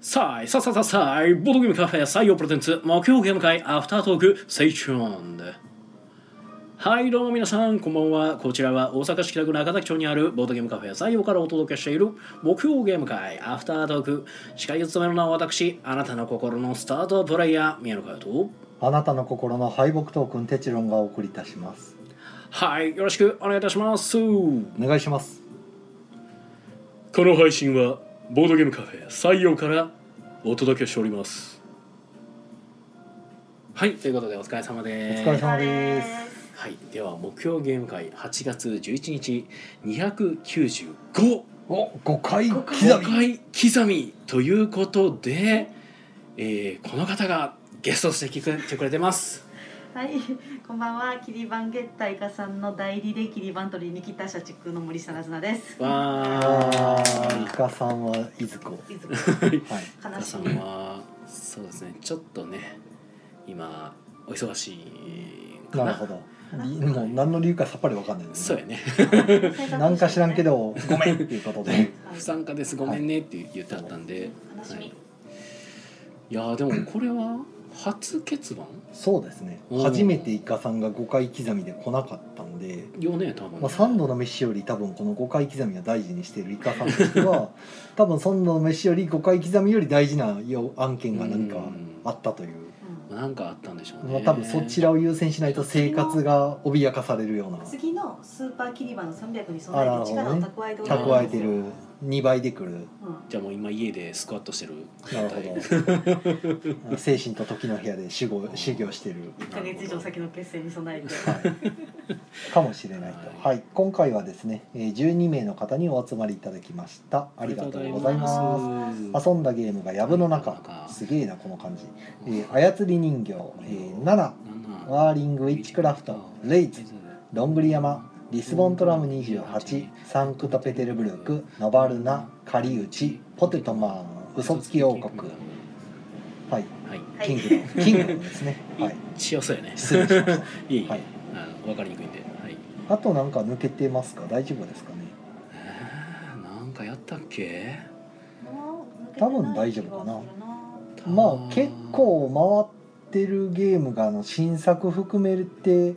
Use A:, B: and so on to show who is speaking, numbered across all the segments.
A: さあいさあさあさあさあいボードゲームカフェ採用プレゼンツ目標ゲーム会アフタートークセイチューンではいどうも皆さんこんばんはこちらは大阪市北区中崎町にあるボードゲームカフェ採用からお届けしている目標ゲーム会アフタートーク司会を務めるのは私あなたの心のスタートプレイヤー宮野佳代と
B: あなたの心の敗北トークンテチロンがお送りいたします。
A: はいよろしくお願いいたします
B: お願いします。
A: この配信はボードゲームカフェ採用からお届けしておりますはいということでお疲れ様
B: お
A: です
B: 疲れ様です。
A: はい、では目標ゲーム会8月11日295
B: お、五回刻
A: 5
B: み。
A: 回刻みということで、えーこの方がゲストとして来て来てくれてます
C: はい、こんばんは、キリバンゲッタイカさんの代理でキリバン取りに来た社畜の森下なずなです。
A: わ
B: あー、
A: ー
B: イカさんはいずこ。
C: いつも
B: はい。
A: 皆
C: 悲し
A: さん
C: み。
A: はそうですねちょっとね今お忙しいかな
B: なるほど。いもう何の理由かさっぱりわかんないです
A: そう
B: ね。
A: やね
B: なんか知らんけ
C: ど。
B: ど、ごめんっていうことで。
C: はい
A: 不参加ですごめんねって言ってあったんで、
C: 悲し
A: はい、
C: み
A: い。やーでもこれは初欠番
B: そうですね
A: うん。
B: 初めてイカさんが五回刻みで来なかったんで。
A: よね多分、
B: まあ、三度の飯より多分この5回刻みを大事にしているイカさんとして は多分三度の飯より5回刻みより大事なよ案件が何かあったという
C: う
A: なんかあったんでしょうね、
B: まあ、多分そちらを優先しないと生活が脅かされるようなん
C: 次のスーパーキリバンの300に備えて力を蓄えてお
A: なるほどね
B: 蓄えてる2倍でくる
C: うん
A: じゃあもう今家でスクワットしてる
B: なるほど精神と時の部屋で修行修行してる、
C: 一ヶ月以上先の決戦に備えて。
B: はい、かもしれないと
A: は
B: はいい、今回はですねえー12名の方にお集まりいただきましたありがとうございます
A: す
B: 遊んだゲームが「藪の
A: 藪の中
B: 中」すげえなこの感じ、えー操り人形、えー、7ワーリングウィッチクラフトレイズどんぐり山リスボントラム28サンクトペテルブルクノバルナカリウチポテトマン嘘つき王国はい
A: はい
C: はい
B: キングダムキングダムですねはい
A: 一応そうやね
B: 失礼しまし
A: いえいえ、
B: たはい
A: あの分かりにくいんではい
B: あとなんか抜けてますか大丈夫ですかね
A: えーなんかやったっけ
B: 多分大丈夫かなまあ結構回ってるゲームがあの新作含めて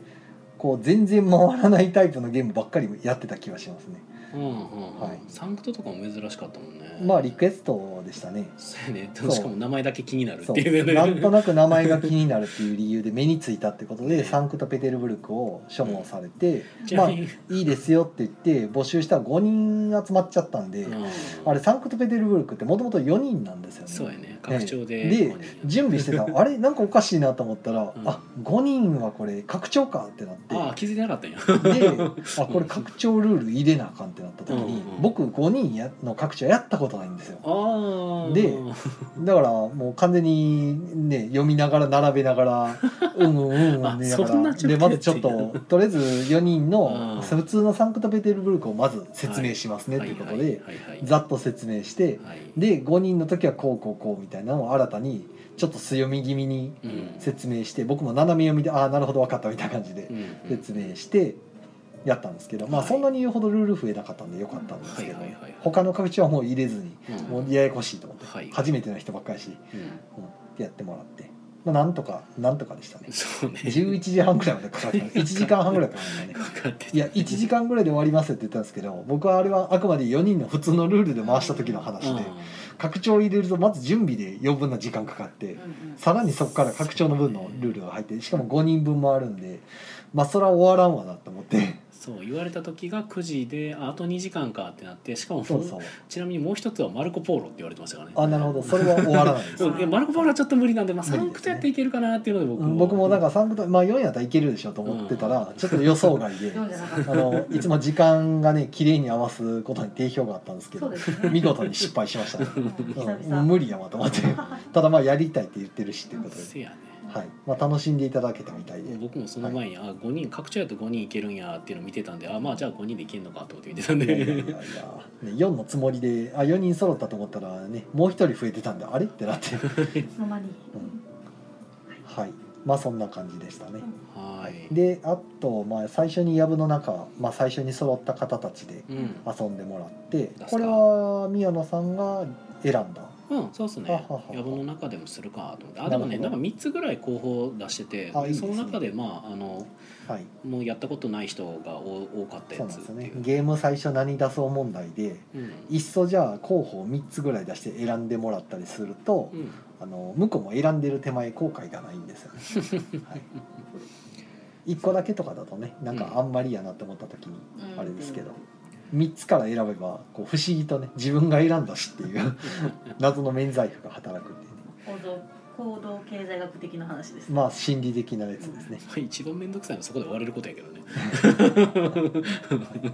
B: こう全然回らないタイプのゲームばっかりやってた気がしますね
A: うんうん、は
B: はいい、
A: サンクトとかも珍しかったもんね
B: まあリクエストでしたね
A: そうやね
B: そう
A: しかも名前だけ気になるって
B: そう
A: いうね
B: なんとなく名前が気になるっていう理由で目についたってことでサンクトペテルブルクを所望されて、
A: ち
B: ま
A: な
B: あ
A: み
B: い
A: に、
B: いですよって言って募集したら5人集まっちゃったんで、
A: うん
B: あれサンクトペテルブルクってもともと4人なんですよね
A: そうやね拡張で、
B: で
A: ここに
B: 準備 してたあれなんかおかしいなと思ったら、
A: うん
B: あ5人はこれ拡張かってなって
A: ああ気づいてなかったんや
B: であこれ拡張ルール入れなあかんってなった時
A: う
B: に、
A: んうん
B: 僕5人やの拡張やったことないんですよ
A: ああ
B: でだからもう完全にね読みながら並べなが らうんうんうんうん寝な
A: あそん
B: が
A: な
B: ら
A: 状況
B: でまずちょっ
A: やって
B: ととりあえず4人
A: うん
B: の普通のサンクトペテルブルクをまず説明しますねということで
A: はいはいはいはい
B: ざっと説明して
A: はい
B: で5人の時はこうこうこうみたいなのを新たにちょっと強み気味に
A: うん
B: 説明して僕も斜め読みでああなるほど分かったみたいな感じで
A: うんうん
B: 説明してやったんですけどまあそんなに言うほどルール増えなかったんでよかったんですけど
A: はいはいはいはい
B: 他の拡張はもう入れずに
A: うん
B: もうややこしいと思って
A: はい
B: 初めての人ばっかりやし、
A: うん
B: うん、やってもらって、まあ、なんとかなんとかでしたね
A: そうね
B: 11時半ぐらいまでか かった1時間半ぐらいかかったね
A: 分かってた
B: いや1時間ぐらいで終わりますって言ったんですけど僕はあれはあくまで4人の普通のルールで回した時の話で拡張を入れるとまず準備で余分な時間かかってさらにそこから拡張の分のルールが入ってしかも5人分もあるんでまあそれは終わらんわなと思って
A: そう言われた時が9時でああと2時間かってなってしかも
B: そうそう
A: ちなみにもう一つはマルコ・ポーロって言われてましたからね
B: あなるほどそれは終わらないです
A: うんえマルコ・ポーロはちょっと無理なんで、まあ、サンクトやっていけるかなっていうので僕
B: う
A: も
B: ん 僕もなんか3分まあ4やったらいけるでしょと思ってたらちょっと予想外で
C: 読んじゃなかっ
B: あのいつも時間がね綺麗に合わすことに定評があったんです
C: た。
B: け
C: そう
B: ど
C: ですね。
B: 見事に失敗しましたね、
C: うん 久
B: うん、
C: 々。
B: 無理やわと 思ってただまあやりたいって言ってるしっていうことで、
A: せやね
B: はいまあ、楽しんでいただけたみたいで
A: 僕もその前に、あ5人拡張やと5人いけるんやっていうのを見てたんであまあじゃあ5人でいけるのかと思って見てたん
B: いやいやいやい
A: で
B: や、ね、4のつもりであ4人揃ったと思ったらねもう1人増えてたんであれって なって、
C: いつの間に。
B: うんはいまあそんな感じでしたね、
A: はい
B: であとまあ最初に藪の中、まあ、最初に揃った方たちで
A: うん
B: 遊んでもらって
A: か
B: これは宮野さんが選んだ
A: ううんそうです
B: は
A: ね
B: ははは
A: 野望の中でもするかと思ってあでもね
B: な
A: な
B: る
A: んか
B: ほど
A: 3つぐらい候補出してて
B: あいいです
A: そ
B: ね
A: の中でまああの
B: はい
A: もうやったことない人が多多かった
B: そ
A: や
B: うなん
A: つっ
B: です
A: て
B: よ
A: い
B: ね
A: う
B: ゲーム最初何出そう問題でいっそじゃあ候補を3つぐらい出して選んでもらったりすると、
A: うん、うん、
B: あの向こうも選んでる手前後悔がないんですよ ね、はい、1個だけとかだとねなんかあんまりやなって思った時に
C: うん
B: あれですけど、3つから選べばこう不思議とね自分が選んだしっていう 謎の免罪符が働くんで、ね、
C: 行動行動経済学的な話です、
B: まあ心理的なやつですね
A: まあ 一番面倒くさいのはそこで終われることやけど ねは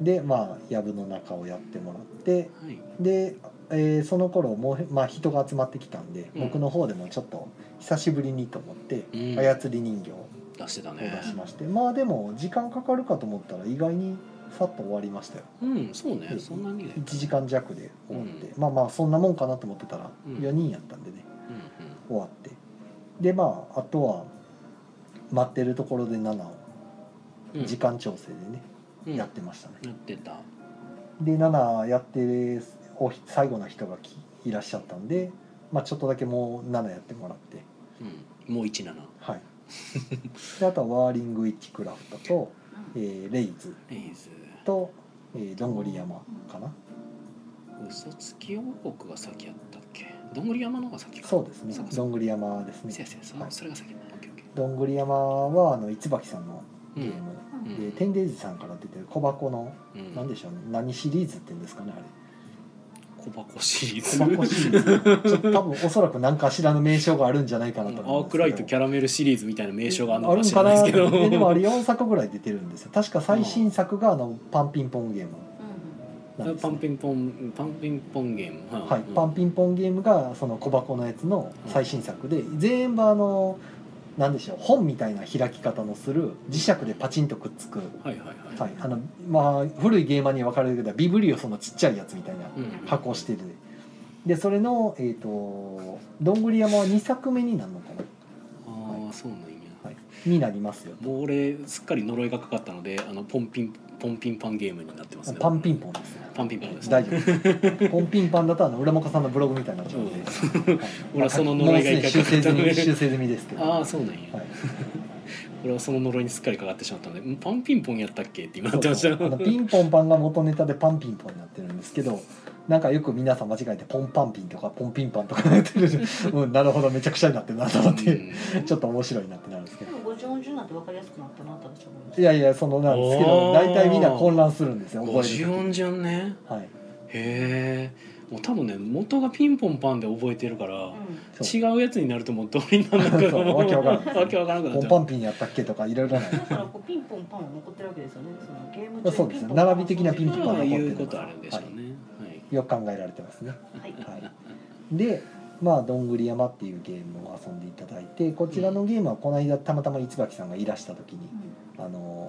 B: でまあ藪の中をやってもらって
A: い、はい、
B: で、えーその頃もう、まあ、人が集まってきたんで、
A: うん
B: 僕の方でもちょっと久しぶりにと思って、
A: うん
B: 操り人形を
A: 出してたね
B: 出しまして、まあでも時間かかるかと思ったら意外にさっと終わりましたよ
A: うんそうねそんなにね
B: 1時間弱で終わって、
A: う
B: まあまあそんなもんかなと思ってたら
A: うん
B: 4人やったんでね、
A: うんうん
B: 終わってでまああとは待ってるところで7を
A: うん
B: 時間調整でね、
A: うん
B: やってましたね、
A: やってた
B: で7やってお最後の人がきいらっしゃったんで、まあ、ちょっとだけもう7やってもらって
A: うんもう17
B: はいであとはワーリングウィッチクラフトと、え
C: うん
B: ーレイズ
A: レイズ
B: と、えー、どんぐり山かな
A: 嘘つき王国が先やったっけどんぐり山の方が先か
B: そうですね
A: そっかそ
B: ど
A: っ
B: んぐり山です
A: かせ
B: ね
A: やせやそ,、
B: はい
A: それが先オッケーオッケ
B: どんぐり山はあの市脇さんのゲ
A: ー
B: ー
A: うん
B: ム、
A: うん
B: で天デイジさんから出てる小箱の
A: うん
B: 何でしょうね何シリーズって言うんですかねあ れ
A: 小箱シリーズ
B: 小箱シリーズちょっと多分おそらく何かしらの名称があるんじゃない か
A: ア
B: なと思うん
A: ー
B: です
A: ク
B: けど
A: ライトキャラメルシリーズみたいな名称があるの
B: あ
A: か
B: るん
A: 知
B: から
A: な
B: ないって
A: ですけど
B: えでもあれ4作ぐらい出てるんですよ確か最新作があのパンピンポンゲームなんです
A: パ
B: ね、
A: ンピンポンパンピンポンゲーム
B: はい、パンピンポンゲームがその小箱のやつの最新作で全部あのなんでしょう本みたいな開き方のする磁石でパチンとくっつく、
A: はいはいはい
B: はいあのまあ、古いゲーマーには分かれるけどビブリオそのちっちゃいやつみたいな
A: うん
B: 箱してるでそれの、えー、とどんぐり山は2作目になるのかな、
A: ああそうなんや
B: はい、になりますよ
A: もう俺すっかり呪いがかかったのであのポンピンポンピンパンゲームになってますね
B: パンピンポンですね
A: パンピンパンです
B: 大丈夫ポンピンパンだとあの浦本さんのブログみたいになっちゃうんで、はい
A: 俺はその呪いが
B: もうすでに修正
A: い
B: 済
A: かが
B: み
A: だ
B: 修正済みですけど
A: ああそうなんや、
B: はい
A: 俺はその呪いにすっかりかかってしまったのでんパンピンポンやったっけって今なってました
B: そうそうあのピンポンパンが元ネタでパンピンポンになってるんですけどなんかよく皆さん間違えてポンパンピンとかポンピンパンとか やってる、うん、なるほどめちゃくちゃになってるなと思って、
A: うん
B: ちょっと面白いなってなるんですけ
C: で
B: ど
C: も五十音順なんて分かりやすくなったなと私は思いました
B: いやいやそのなんですけど
A: おー
B: 大体みんな混乱するんですよ
A: 五
B: 覚え
A: 十
B: る
A: 音
B: 時
A: 順ね
B: はい
A: へえもう多分ね元がピンポンパンで覚えてるから、
C: う
B: そう
A: 違うやつになるともうどれになるのか
B: そうわけわからん
A: わけわからなくなっ
B: ポン
A: ちゃ
B: パ
A: う
B: ンピンやったっけとかいろいろなん
C: んだからこうピンポンパンは残ってるわけですよねそのゲーム中
B: そうですね
C: ピンポンパン
B: 並び的なピンポンパン
A: ま
B: が
A: あ
B: 残ってる
A: いうことあるんでしょうね、はい
B: よく考えられてますね
C: はい
B: はい、でまあ「どんぐり山」っていうゲームを遊んでいただいてこちらのゲームはこの間たまたま市脇さんがいらした時にあの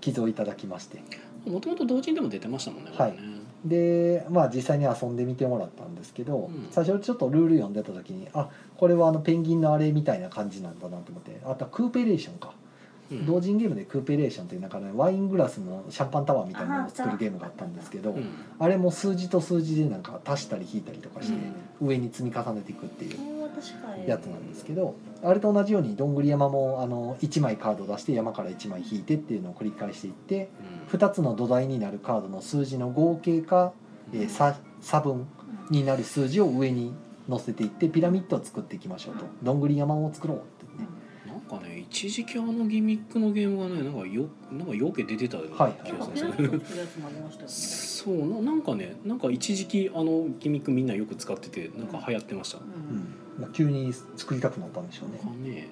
B: 寄贈いただきまして
A: うんもともと同人でも出てましたもんね
B: はい
A: これね
B: でまあ実際に遊んでみてもらったんですけ
A: う
B: ど、
A: ん
B: 最初ちょっとルール読んでた時にあこれはあのペンギンのあれみたいな感じなんだなと思ってあとはクーペレーションか、
A: うん
B: 同人ゲームでクーペレーションっていう中でワイングラスのシャンパンタワーみたいなのを作るゲームがあったんですけど、
A: うん
B: あれも数字と数字でなんか足したり引いたりとかして、上に積み重ねていくっていう
C: うん、これは確かに
B: やつなんですけどあれと同じようにどんぐり山もあの1枚カード出して山から1枚引いてっていうのを繰り返していって2つの土台になるカードの数字の合計か、えー差差分
C: うん
B: になる数字を上に載せていってピラミッドを作っていきましょうとどんぐり山を作ろうってね
A: なんかね一時期あのギミックのゲームがねなんかよなんかよけ出てたような
B: はい
A: 気
C: なん
A: が
C: か
A: す
C: ペ
A: る
C: ラ
A: んですよね
C: ッと作るやつもありましたよね
A: そうななんかねなんか一時期あのギミックみんなよく使っててなんか流行ってました、
C: う
B: うんんまあ、急に作りたくなったんでしょう
A: なんか
B: ね
A: ね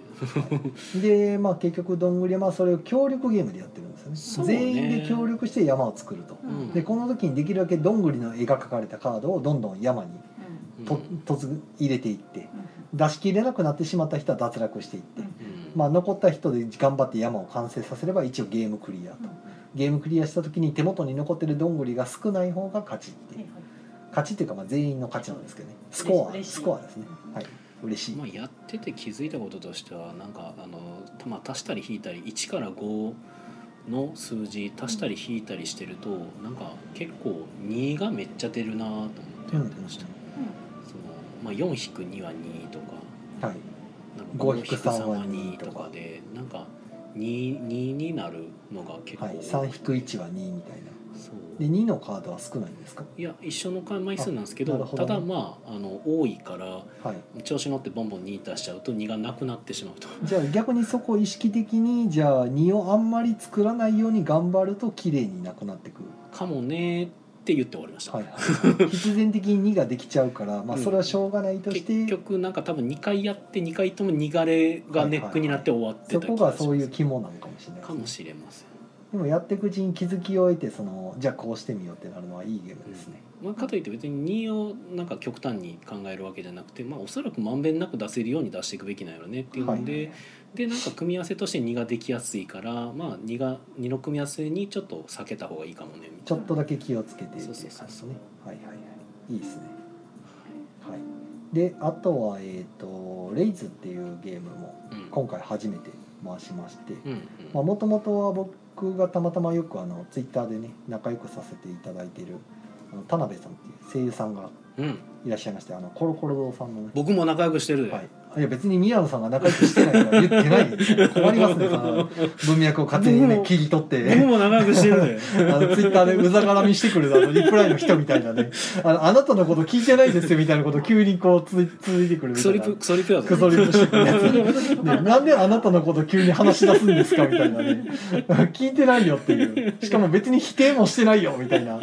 B: で、まあ、結局どんぐり山はそれを協力ゲームでやってるんです
A: そ
B: よ
A: う
B: ね
A: ね
B: 全員で協力して山を作ると
C: うん
A: うん
B: でこの時にできるだけどんぐりの絵が描かれたカードをどんどん山に
C: うん
A: うん
B: と突入れていって出し切れなくなってしまった人は脱落していって、
A: うん
B: まあ、残った人で頑張って山を完成させれば一応ゲームクリア
C: うんうん
B: ゲームクリアした時に手元に残ってるどんぐりが少ない方が勝ちっていう勝ちっていうかまあ全員の勝ちなんですけどねスコア
C: 嬉しい
B: スコアですねはい嬉しい
A: まあ、やってて気づいたこととしてはなんかあの、まあ、足したり引いたり1から5の数字足したり引いたりしてるとなんか結構2がめっちゃ出るなと思ってやってました、
B: うん
C: うん
A: まあ、4引く2は2とか
B: はい
A: なんか
B: 5引く3
A: 3
B: は
A: は
B: 2
A: 2
B: と
A: と
B: か
A: かでなんか 2, 2になるのが結構、
B: はい、3引く1は2みたいな
A: そう
B: で2のカードは少ないんですか
A: いや一緒の枚数なんですけ
B: あ
A: ど
B: なるほど
A: た
B: ね
A: だまああの多いから
B: はい
A: 調子乗ってボンボン2足しちゃうと2がなくなってしまうと
B: じゃあ逆にそこを意識的にじゃあ2をあんまり作らないように頑張ると綺麗になくなってくる
A: かもねって言って終わりました、
B: はいはい、必然的に2ができちゃうから、まあ、
A: うん
B: それはしょうがないとして、
A: 結局なんか多分2回やって2回とも苦れがネックになって終わって
B: そ
A: た気が
B: こ
A: し
B: が
A: ます
B: そういう肝なのかもしれない
A: か
B: で
A: も
B: すね
A: しれません、
B: でもやっていくうちに気づきを得てそのじゃあこうしてみようってなるのはいいゲームですね、
A: まあ、かといって別に2をなんか極端に考えるわけじゃなくて、まあ、おそらくまんべんなく出せるように出していくべきなんやろねっていうので、でなんか組み合わせとして2ができやすいから、まあ、2, が2の組み合わせにちょっと避けた方がいいかもねみ
B: ち
A: た
B: ょ
A: い
B: っ
A: な
B: とだけ気をつけてっていう感じ
A: そう
B: で
A: そう
B: す
A: そう
B: ねはいはいはいいいですねはいであとはえっ、と「レイズ」っていうゲームも
A: うん
B: 今回初めて回しまして
A: うんうん
B: まあもともとは僕がたまたまよくあのツイッターでね仲良くさせていただいているあの田辺さんっていう声優さんが
A: うん、
B: いらっしゃいましてあのコロコロ堂さんのね
A: 僕も仲良くしてるで、
B: はい、いや別に宮野さんが仲良くしてないとは言ってないんで困りますねその文脈を勝手にね
A: もう
B: 切り取って
A: 僕も仲良くしてるで
B: あのツイッターでうざがらみしてくるあのリプライの人みたいなねあのあなたのこと聞いてないですよみたいなこと急にこうつい続いてくる
A: ク
B: みた
A: ソ
B: い
A: リ
B: な
A: プクソリプやぞ
B: クソリプしてくるやつ、ね、なんであなたのこと急に話し出すんですかみたいなね聞いてないよっていうしかも別に否定もしてないよみたいな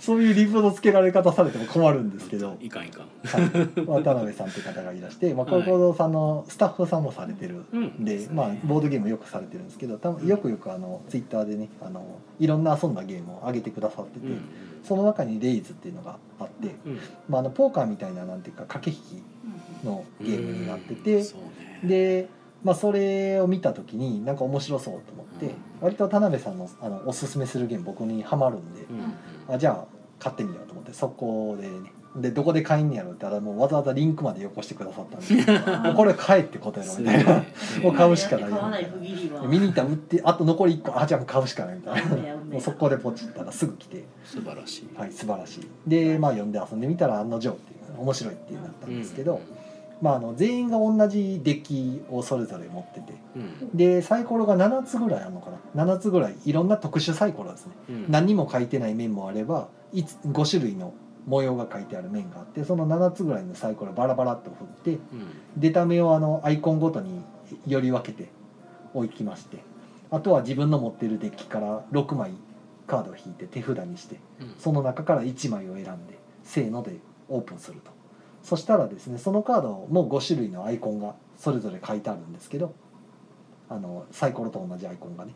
B: そういうリプの付けられ方されても困るんですけど
A: いかんいかん
B: はい、渡辺さんという方がいらして、まあ、高校堂さんのスタッフさんもされてる
A: うん
B: んで、
A: ですね
B: まあ、ボードゲームよくされてるんですけど多分よくよくあのツイッターでねあのいろんな遊んだゲームを上げてくださってて、
A: うん
B: その中に「レイズ」っていうのがあって、
A: うん
B: まあ、あのポーカーみたいななんていうか駆け引きのゲームになってて
A: うん、そうね
B: で、まあ、それを見た時になんか面白そうと思って、
A: うん
B: 割と田辺さんのあのおすすめするゲーム僕にはまるんで。
A: うん
B: あじゃあ買ってみようと思ってそこでねでどこで買いんやろうって言ったらもうわざわざリンクまでよこしてくださった んでもうこれ買えってことやろみたいな
A: す
B: も
A: ご
B: う
A: いね
B: 買うしかない
C: 買わない不義理は
B: 見に行ったら売ってあと残り1個あじゃあもう買うしかないみたいな
C: 運命運命
B: もうそこでポチったらすぐ来て、
A: 素晴らしい
B: はい、素晴らしいでまあ読んで遊んでみたら案の定っていう面白いっていうなったんですけど、まあ、あの全員が同じデッキをそれぞれ持ってて
A: うんうん
B: でサイコロが7つぐらいあるのかな7つぐらいいろんな特殊サイコロですね
A: うん
B: 何も書いてない面もあればいつ5種類の模様が書いてある面があってその7つぐらいのサイコロバラバラっと振って
A: うん
B: 出た目をあのアイコンごとにより分けて置きましてあとは自分の持ってるデッキから6枚カードを引いて手札にして
A: うん
B: その中から1枚を選んでせーのでオープンするとそしたらですねそのカードも5種類のアイコンがそれぞれ書いてあるんですけどあのサイコロと同じアイコンがね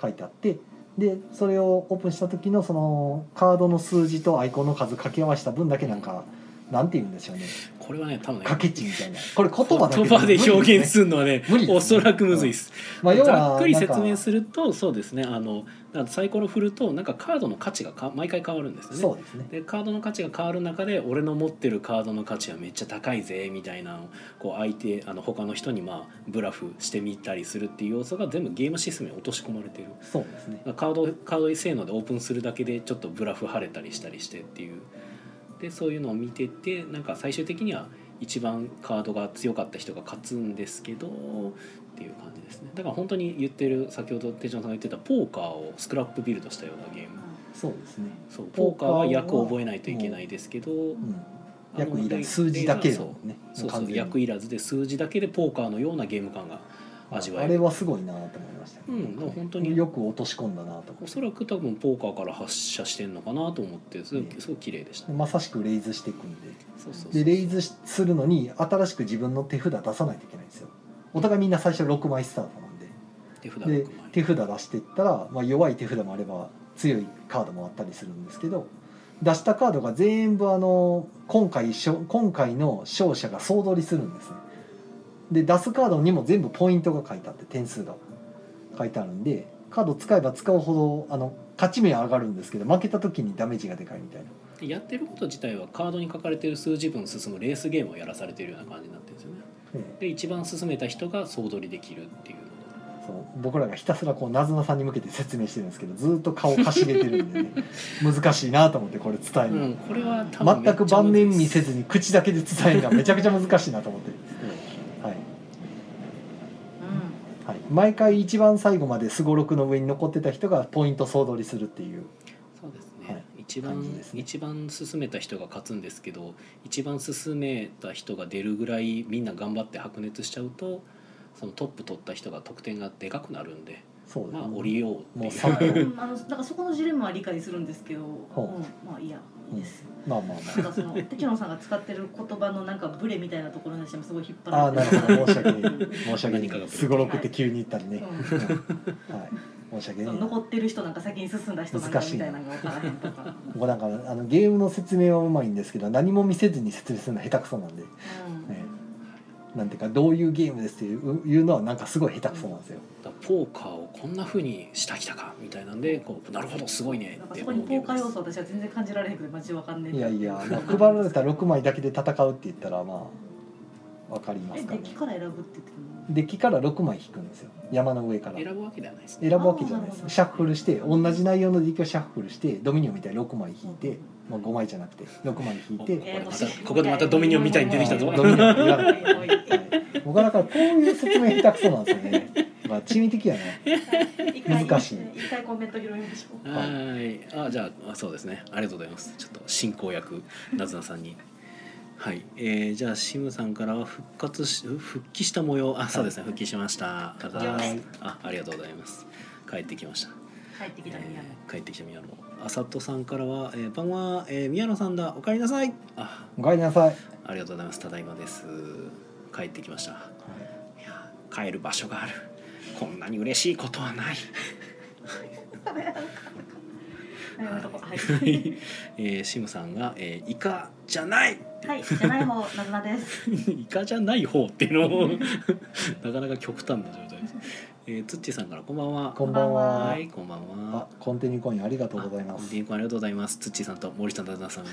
B: 書いてあってでそれをオープンした時のそのカードの数字とアイコンの数掛け合わせた分だけなんかなんて言うんでしょうね
A: これはね多分ね
B: 掛け値みたいなこれ言葉だけ
A: 言葉で表現
B: る、
A: するのはね
B: 無理ですね
A: おそらくむずいです、
B: まあ、要は
A: ざっくり説明
B: る
A: するとそうですねあのだからサイコロ振るとなんかカードの価値がか毎回変わるんですよ
B: そ
A: ね
B: うですね
A: でカードの価値が変わる中で俺の持ってるカードの価値はめっちゃ高いぜみたいなのをこう相手あの他の人にまあブラフしてみたりするっていう要素が全部ゲームシステムに落とし込まれてる
B: そうですね
A: カードカード性能でオープンするだけでちょっとブラフ晴れたりしたりしてっていうでそういうのを見ててなんか最終的には一番カードが強かった人が勝つんですけどっていう感じですねだから本当に言ってる先ほど手順さんが言ってたポーカーをスクラップビルドしたようなゲーム
B: そうですね
A: そうポ
B: ポー
A: ー
B: カ
A: カ
B: ー
A: ー
B: は
A: は役を覚えないといけないですけど、
B: うん
A: あの
B: 役いら
A: で
B: ず数字だけ
A: そう
B: のね
A: そうそ
B: 完
A: う
B: 全に
A: 役いらずで数字だけでポーカーのようなゲーム感が味わえ
B: あ
A: る
B: れはすごいなと思いました、
A: うん
B: なんかね
A: 本当に
B: よく落とし込んだなと思
A: お
B: っ
A: そらく多分ポーカーから発射してんのかなと思ってすご
B: ね
A: いすごい綺麗でした、
B: てまさしくレイズしていくんで
A: そうそうそう
B: でレイズするのに新しく自分の手札出さないといけないんですよお互いみんな最初6枚スタートなんで
A: 手札6
B: で
A: 枚
B: 手札出していったら、まあ、弱い手札もあれば強いカードもあったりするんですけど出したカードが全部あの今回しょ今回の勝者が総取りするんですねで出すカードにも全部ポイントが書いてあって点数が書いてあるんでカード使えば使うほどあの勝ち目は上がるんですけど負けた時にダメージがでかいみたいな
A: でやってること自体はカードに書かれてる数字分進むレースゲームをやらされてるような感じになってるんですよね
B: ええ
A: で一番進めた人が総取りできるっていうの
B: そう僕らがひたすらこうなずなさんに向けて説明してるんですけどずーっと顔かしげてるんでね難しいなと思ってこれ伝え
A: う
B: るの、
A: ん、これは多分めっ
B: 全
A: ちゃ
B: く盤面見せずに口だけで伝えるのはめちゃくちゃ難しいなと思ってはい、はい、毎回一番最後まですごろくの上に残ってた人がポイント総取りするっていう
A: そうですね、
B: はい
A: 一番
B: 感じですね
A: 一番進めた人が勝つんですけど一番進めた人が出るぐらいみんな頑張って白熱しちゃうとそのトップ取った人が得点がでかくなるんで
B: そうです
A: まあ折りようって
B: もう
A: いう
B: 三本
C: うんあのなんかそこのジレンマは理解するんですけど、うん
B: ほう、
C: まあいいやいいです。
B: まあまあ
C: なんか そのテキノンさんが使ってる言葉のなんかブレみたいなところにしてもすごい引っ張
B: まああ
C: ら
B: ー
C: れて
B: なるほど申し訳ない申し訳
A: 何か
B: な
A: が
B: いすごろくって急に言っ たりね、
C: うん
B: うんはい申し訳
C: そ
B: な
C: の
B: い
C: 残ってる人なんか先に進んだ人なんかみたいなのが分からへんとか、
B: もうなんかあのゲームの説明はうまいんですけど何も見せずに説明するの下手くそなんで、ね、
C: うん
B: なんていうかどういうゲームですっていういうのはなんかすごい下手くそなんですよ、
A: だからポーカーをこんな風にしたきたかみたいなんでこうなるほどすごいね
C: なん
A: っ
C: か
A: て
C: そこ
A: 思
C: に
A: うゲ
C: ポ
A: ー
C: ーカー要
A: ム
C: 素私は全然感じられへんくてマジわかんねえ
B: いやいや、まあ、
C: う
B: 配
C: ん
B: られた6枚だけで戦うって言ったらまあわかりま
C: え
B: す
C: デ
B: かね
C: ッキから選ぶって言ってたの
B: デッキから6枚引くんですよ山の上から
A: 選ぶわけではないですね
B: 選ぶわけじゃないです
C: あー
B: シャッフルして同じ内容のデッキをシャッフルしてドミニオンみたいに6枚引いて、まあ、5枚じゃなくて6枚引いて
A: お
C: ややこしい
A: ここでまたドミニオンみたいに出てきたぞ
B: ドミニオン言わ
C: お
B: ないい
C: おい
B: 僕はだからこういう説明下手くそなんですよ ね。まあ致命的やね。
C: 一回
B: 難しい
C: 一回コメント拾いましょう
A: はーいあじゃああそうですねありがとうございますちょっと進行役なずなさんにはい、えー、じゃあシムさんからは復活し復帰した模様あそうですね復帰しましたありがとうございま
C: は
A: す
C: い
A: あありがとうございます帰ってきました
C: 帰ってきた宮野
A: えー帰ってきた宮野あさとさんからは、えー、晩は、えー、宮野さんだおかえりなさいあ
B: ごめんなさい。はい
A: ありがとうございますただいまです帰ってきましたいや帰る場所があるこんなに嬉しいことは ない
C: やめとこうはい
A: はい、えー、シムさんが、えーイカじゃない
C: はいじゃない方なずなです
A: イカじゃない方っていうの もなかなか極端な状態です。えー、つっちーさんからこんばんは。
B: こんばんは。
A: はい、こんばん
B: あ
A: は。、
B: コンティニューコインありがと
A: あ
B: うございます。
A: リンクありがとうございます。つっちーさんと森下旦 那さん。はい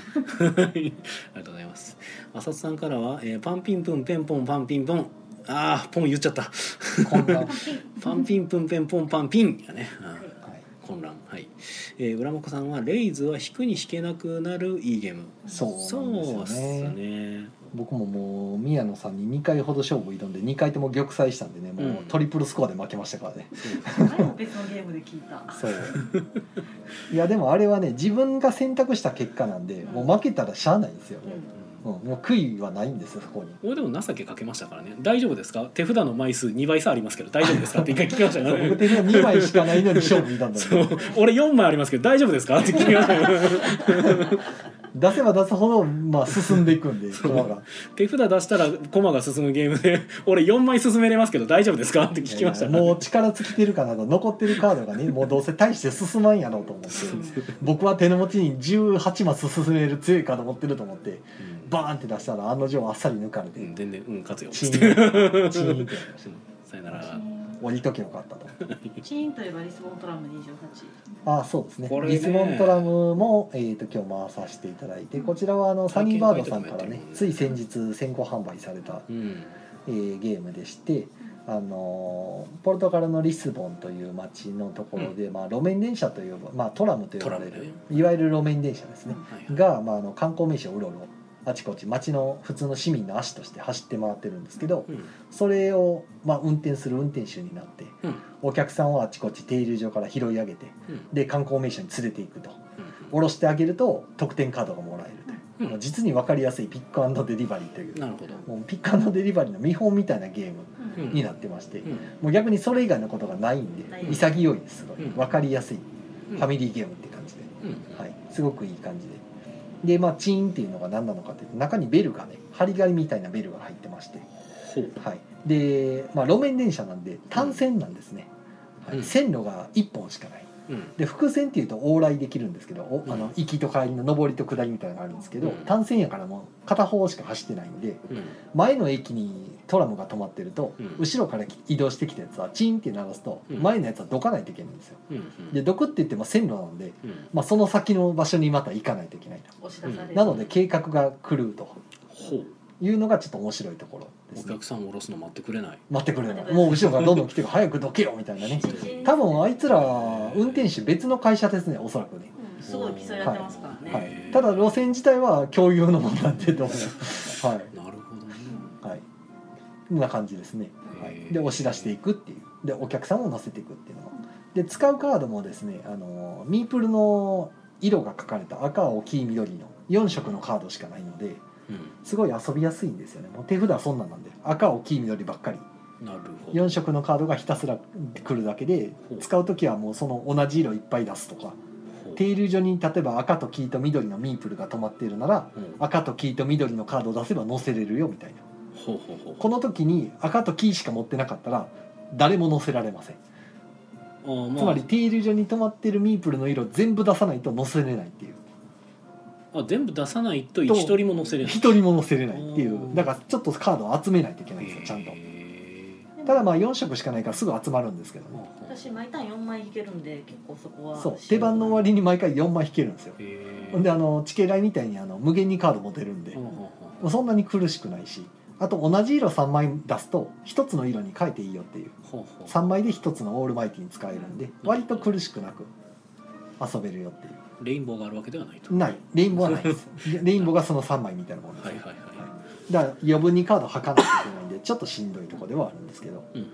A: ありがとうございます。浅津さんからは、えーパンピンプンペンポンパンピンポン。ああ、ポン言っちゃった。
B: こんばんは。
A: パンピンプンペンポンパンピン。やね。うん
B: はい
A: 混乱。はい。えー、浦本さんはレイズは引くに引けなくなるいいゲーム。
B: そ
A: そう
B: なん
A: う
B: で
A: ですす
B: よね。
A: ね。
B: 僕ももう宮野さんに2回ほど勝負挑んで2回とも玉砕したんでね、もううんトリプルスコアで負けましたからね。
A: そう
C: 前も別のゲームで聞いた
B: そう。いやでもあれはね、自分が選択した結果なんで、もう負けたらしゃあないんですよ。
C: うん
B: うん、もう悔いはないんですよそこに。
A: 俺でも情けかけましたからね大丈夫ですか手札の枚数2倍差ありますけど大丈夫ですかって一回聞きました
B: そ
A: よ
B: う 僕
A: ね
B: 的には2枚しかないのに勝負挑んだんで
A: そう俺4枚ありますけど大丈夫ですかって聞きましたよ ね
B: 出せば出すほど、まあ、進んでいくんで、
A: そう
B: 駒が。
A: 手札出したら駒が進むゲームで俺4枚進めれますけど大丈夫ですかって聞きました
B: い
A: から
B: やいや
A: ね
B: もう力尽きてるかなと残ってるカードがねもうどうせ大して進まんやろうと思って僕は手の持ちに18マス進める強いカード持ってると思ってバーンって出したら案の定あっさり抜かれ
A: う
B: て
A: ん全然うん勝つよ
B: チーンチーンって
A: さよなら
B: 折りとけよかったと
C: チーンといえばリスボントラム28
B: ああそうですね
A: これね
B: リスボントラムも、えー、と今日回させていただいてこちらはあのサニーバードさんからねつい先日先行販売された
A: うん
B: えーゲームでして、あのーポルトガルのリスボンという町のところで、まあ、路面電車という、まあ、トラムと呼ばれ
A: トラム
B: る
A: ね、
B: いわゆる路面電車ですね、
A: はいはい
B: が、まあ、あの観光名所をうろうろあちこち町の普通の市民の足として走って回ってるんですけど
A: うん
B: それを、まあ、運転する運転手になって
A: うんうん
B: お客さんをあちこち停留所から拾い上げてで観光名所に連れていくと
A: う
B: 下ろしてあげると得点カードがもらえるという、
A: うん
B: 実に分かりやすいピックデリバリーとい
A: ん
B: う
A: なるほど
B: もうピックデリバリーの見本みたいなゲーム
C: う
A: うん
C: ん
B: になってまして、
A: うん
B: もう逆にそれ以外のことがないんで
C: ない
B: 潔いですすごい
A: うん
B: 分かりやすい
A: うん
B: ファミリーゲームって感じで、
A: うん
B: はい、すごくいい感じででまあチーンっていうのが何なのかというと中にベルがね針金みたいなベルが入ってまして、
A: ほう
B: はい、で、まあ、路面電車なんで単線なんですね、は
A: うん
B: い、線路が1本しかない
A: うん
B: で複線っていうと往来できるんですけどおあ
A: うん
B: の行きと帰りの上りと下りみたいなのがあるんですけど、
A: うん
B: 単線やからもう片方しか走ってないんで
A: うん
B: 前の駅にトラムが止まってると、
A: うん
B: 後ろから移動してきたやつはチンって鳴らすと、
A: うん
B: 前のやつはどかないといけないんですよ
A: うん
B: でどくって言っても線路なんで、
A: うん
B: まあ、その先の場所にまた行かないといけないと
C: 押し出される
B: なので計画が狂うと
A: ほう
B: いうのがちょっと面白いところで
A: お
B: すね
A: 客さんを下ろすの待ってくれない
B: 待ってくれないもう後ろからどんどん来てる早くどけよみた いなね多分あいつら運転手別の会社ですねおそらくね、
C: うんすごい競い合ってますからね、
B: はい、ただ路線自体は共有のものなんでどうもは
A: なるほどね
B: いはいこんな感じですね、は
A: へ
B: い、
A: ー
B: で押し出していくっていうでお客さんを乗せていくっていうのがで使うカードもですねあのミープルの色が書かれた赤青黄緑の4色のカードしかないので
A: うん
B: すごい遊びやすいんですよねもう手札はそんなんなんで赤青黄緑ばっかり
A: なるほど
B: 4色のカードがひたすら来るだけで
A: ほう
B: 使う時はもうその同じ色いっぱい出すとか
A: ほう
B: テール上に例えば赤と黄と緑のミープルが止まっているなら
A: ほう
B: 赤と黄と緑のカードを出せば載せれるよみたいな
A: ほうほうほう
B: この時に赤と黄しか持ってなかったら誰も載せられません
A: ああまあ
B: つまりテール上に止まっているミープルの色全部出さないと載せれないっていう
A: あ全部出さないと
B: と
A: 一人も載せれない
B: 一人も載せれないっていう
A: うん
B: だからちょっとカードを集めないといけないんですよちゃんと
A: へ
B: ただまあ4色しかないからすぐ集まるんですけど
A: ー
B: ね
C: 私毎ターン4枚引けるんで結構そこは
B: そう手番の終わりに毎回4枚引けるんですよ
A: へー
B: ほんであの地形ライみたいにあの無限にカード持てるんで
A: ほうほうほう
B: そんなに苦しくないしあと同じ色3枚出すと1つの色に変えていいよっていう
A: ほうほう
B: 3枚で1つのオールマイティに使えるんで割と苦しくなく遊べるよっていう
A: レインボーがあるわけではないと
B: ないレインボーはないです レインボーがその3枚みたいなものです、
A: はいはいは
B: だから余分にカード吐かないといけないんでちょっとしんどいとこではあるんですけど、
A: いうんうん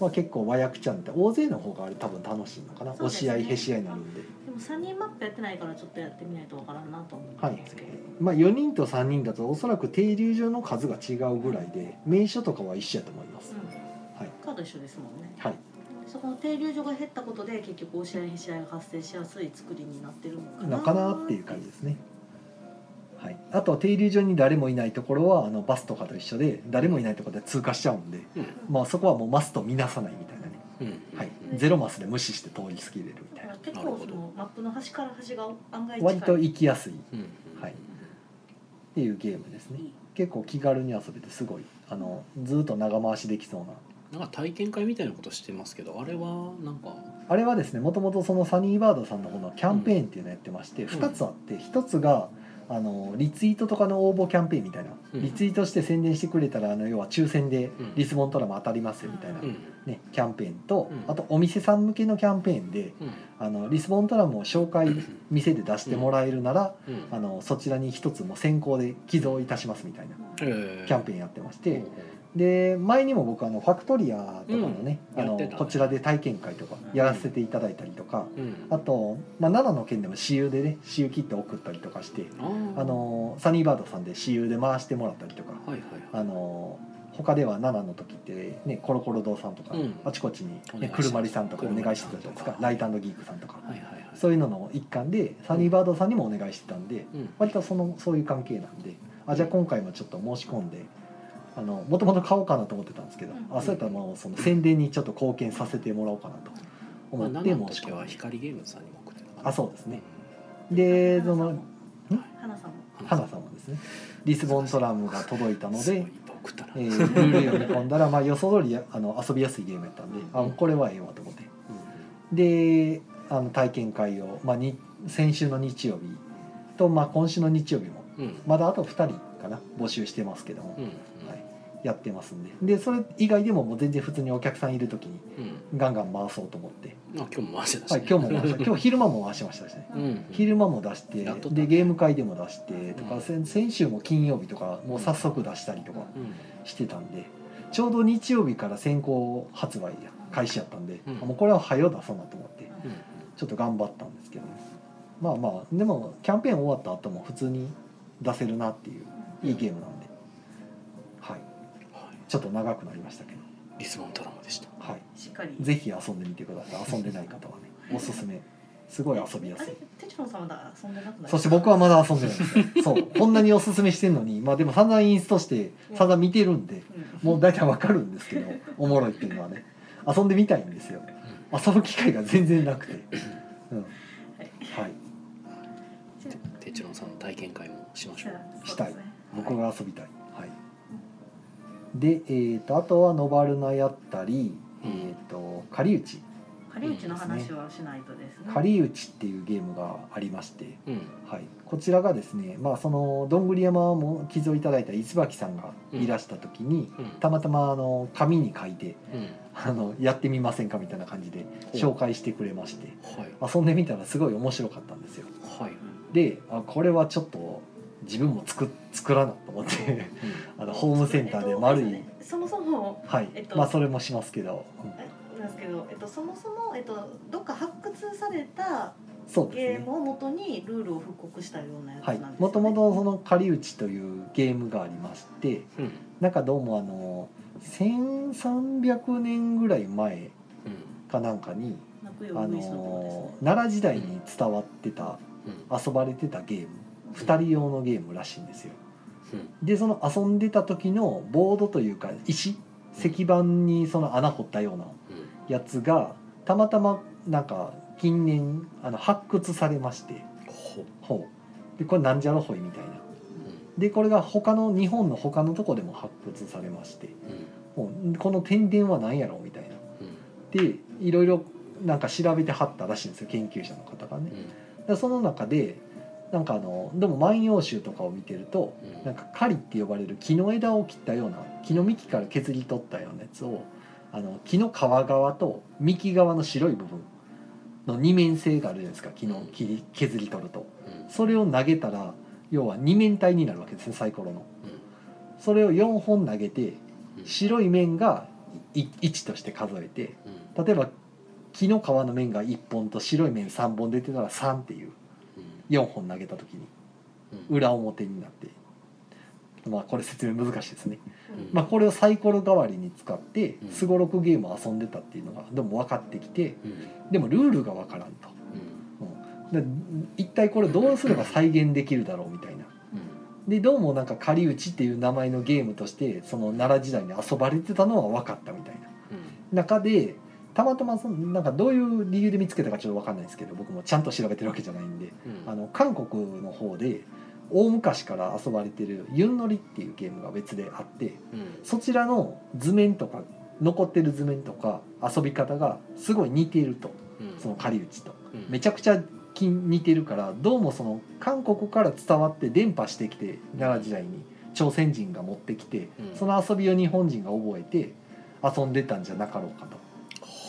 B: まあ、結構和訳ちゃんって大勢の方があれ多分楽しいのかな、
C: そう
B: 押
C: です
B: し
C: ね
B: 合いへし合いになるんで、
C: でも3人マップやってないからちょっとやってみないとわからんなと思
B: は
C: うん
B: い
C: ですけど、
B: まあ、4人と3人だとおそらく停留所の数が違うぐらいで名所とかは一緒やと思います、
C: うん
B: はい
C: カード一緒ですもんね
B: はい
C: そこの停留所が減ったことで結局押し合いへし合いが発生しやすい作りになってるのかな
B: のかなっていう感じですね。はい、あと停留所に誰もいないところはあのバスとかと一緒で誰もいないところで通過しちゃうんで、
A: うん
B: まあ、そこはもうマスと見なさないみたいなね、
A: うん
B: はい、ゼロマスで無視して通り過ぎれるみた
C: だ
B: い
C: から
B: な
C: 結
A: なる
C: 構
A: ほ
C: そ
A: ど
C: のマップの端から端が案外近い
B: 割と行きやすいっ
A: うんうん
B: はいていうゲームですね結構気軽に遊べてすごいあのずっと長回しできそうな
A: なんか体験会みたいなことしてますけどあれはなんか
B: あれはですねもともとそのサニーバードさんの方のキャンペーンっていうのをやってまして、2つあって1つがあのリツイートとかの応募キャンペーンみたいな、
A: うん
B: リツイートして宣伝してくれたらあの要は抽選で
A: うん
B: リスボントラム当たりますよみたいな、
A: うん
B: ね、キャンペーンと、
A: うん
B: あとお店さん向けのキャンペーンで
A: うん
B: あのリスボントラムを紹介店で出してもらえるなら、
A: うん
B: あのそちらに1つもう先行で寄贈いたしますみたいな
A: キ
B: キャン
A: ー
B: ペ
A: ン
B: ーンやってまして。で前にも僕あのファクトリアとかのね,、
A: うん
B: あ
A: やっ
B: の
A: てたね
B: こちらで体験会とかやらせていただいたりとか、
A: うん
B: あと、まあ、奈良の県でも私有でね私有キット送ったりとかして、
A: あー
B: あのサニーバードさんで私有で回してもらったりとか、
A: はいはいはい
B: あの他では奈良の時って、ね、コロコロ堂さんとか、
A: うん
B: あちこちに
A: お願いし
B: ね
A: て
B: くるまりさんとかお願いしてたじゃないで
A: くるまりさんと
B: すか
A: か
B: ライトギークさんとか、
A: はいはいはい
B: そういうのの一環でサニーバードさんにもお願いしてたんで。
A: うん
B: 割とそのそういう関係なんであじゃあ今回もちょっと申し込んであのもともと買おうかなと思ってたんですけど、
C: うん
B: あそうやったらもうその宣伝にちょっと貢献させてもらおうかなと
A: まあ
B: 思っ
A: 七
B: て
A: の
B: 申し
A: 時
B: 込
A: は
B: んで、
A: 光ゲームさんにも送ってたかな
B: あそうですね
C: で
B: でその
C: 花さんも
B: 花さんもですねリスボントラムが届いたの
A: すごいい
B: で
A: っ、ぱい送ったな
B: えールール読み込んだら、まあ、予想通りやあの遊びやすいゲームやったんであこれはええわと思ってであの体験会を、まあ、に先週の日曜日と、まあ、今週の日曜日も
A: うんうん
B: まだあと2人かな募集してますけども、
A: うん
B: はい、やってますんででそれ以外でももう全然普通にお客さんいる時に
A: うん
B: ガンガン回そうと思って、
A: まあ今日も回してたし
B: は
A: ね
B: い、今日も回した今日昼間も回しましたしね
A: うんうん
B: 昼間も出して
A: やっとったね
B: でゲーム会でも出してとか、
A: うん
B: 先先週も金曜日とかもう早速出したりとか
A: うん
B: してたんでちょうど日曜日から先行発売や開始やったんで、
A: うん
B: あもうこれは早う出そうなと思って
A: うん
B: ちょっと頑張ったんですけどねまあまあでもキャンペーン終わった後も普通に出せるなっていういいゲームなんで、はい、
A: は
B: ちょっと長くなりましたけ
A: い
B: ど。
A: リスボントラマでした
B: はい
C: しっかり
B: ぜひ遊んでみてください。遊んでない方はね、おすすめ。すごい遊びや
C: あ
B: す
C: れ
B: い。
C: テチロンさんまだ遊んでなくない
B: そして僕はまだ遊んでないんです よ。そう、こんなにおすすめしてんのに、まあでも散々インストして、散々見てるんで、
C: うん
B: もう大体わかるんですけど、 おもろいっていうのはね、遊んでみたいんですよ。遊ぶ機会が全然なくて。うん。はい。
C: じゃ
A: テチロンさんの体験会もしましょう
C: あ
B: したい
C: そうですね
B: 僕が遊びたい。はい。で、えっ、と、あとはノバルナやったり、えっ、と、狩内
C: は狩内の話はしないとですね。
B: 狩内っていうゲームがありまして、
A: うん
B: はい、こちらがですね、まあ、そのどんぐり山も寄贈いただいた椿さんがいらした時に、
A: うん
B: たまたまあの紙に書いて
A: うん
B: あのやってみませんかみたいな感じで紹介してくれまして
A: はい
B: 遊んでみたらすごい面白かったんですよ
A: はい
B: であこれはちょっと自分も作作らなと思って あのホームセンターで丸い、
C: えっとそもそも
B: はい
C: えっと
B: まあそれもしますけど、うん
C: えなんですけど、えっとそもそもえっとどっか発掘された
B: そう
C: ゲ
B: ですね
C: ームを元にルールを復刻したようなやつ
B: はい
C: なんですよね。
B: もともとその「狩打ち」というゲームがありまして
A: うんうん
B: なんかどうもあの1300年ぐらい前かなんかに、
C: 泣く
B: あ
C: よウグイスの頃ですね
B: の。奈良時代に伝わってた
A: うん
B: 遊ばれてたゲーム2人用のゲームらしいんですよ
A: うん
B: でその遊んでた時のボードというか石石板にその穴掘ったような
A: うん
B: やつがたまたまなんか近年あの発掘されまして
A: ほ
B: ほうでこれなんじゃろほいみたいな
A: う
B: でこれが他の日本の他のとこでも発掘されまして
A: うんうん
B: ほうこの天然は何やろみたいな
A: う
B: でいろいろなんか調べてはったらしいんですよ研究者の方がね
A: ん
B: でその中でなんかあのでも「万葉集」とかを見てると
A: うん
B: なんか狩りって呼ばれる木の枝を切ったような木の幹から削り取ったようなやつをあの木の皮側と幹側の白い部分の二面性があるじゃないですか木の切り削り取ると
A: うん
B: それを投げたら要は二面体になるわけですねサイコロのそれを4本投げて
A: うん
B: 白い面が1として数えて
A: うん
B: 例えば木の皮の面が1本と白い面3本出てたら3っていう4本投げた時に
A: うん
B: 裏表になってまあこれ説明難しいですね、
A: うん
B: まあ、これをサイコロ代わりに使って
A: うん
B: すごろくゲームを遊んでたっていうのがでも分かってきて
A: うん
B: でもルールが分からんとで一体これどうすれば再現できるだろうみたいな
A: うん
B: でどうもなんか狩打ちっていう名前のゲームとしてその奈良時代に遊ばれてたのは分かったみたいな中でたまたまそのなんかどういう理由で見つけたかちょっと分かんないですけど僕もちゃんと調べてるわけじゃないんで
A: うん
B: あの韓国の方で大昔から遊ばれてる「ユンノリ」っていうゲームが別であって
A: うん
B: そちらの図面とか残ってる図面とか遊び方がすごい似ていると
A: うん
B: その狩打ちと
A: うん
B: めちゃくちゃ近似てるからどうもその韓国から伝わって伝播してきて奈良時代に朝鮮人が持ってきて
A: うん
B: その遊びを日本人が覚えて遊んでたんじゃなかろうかと。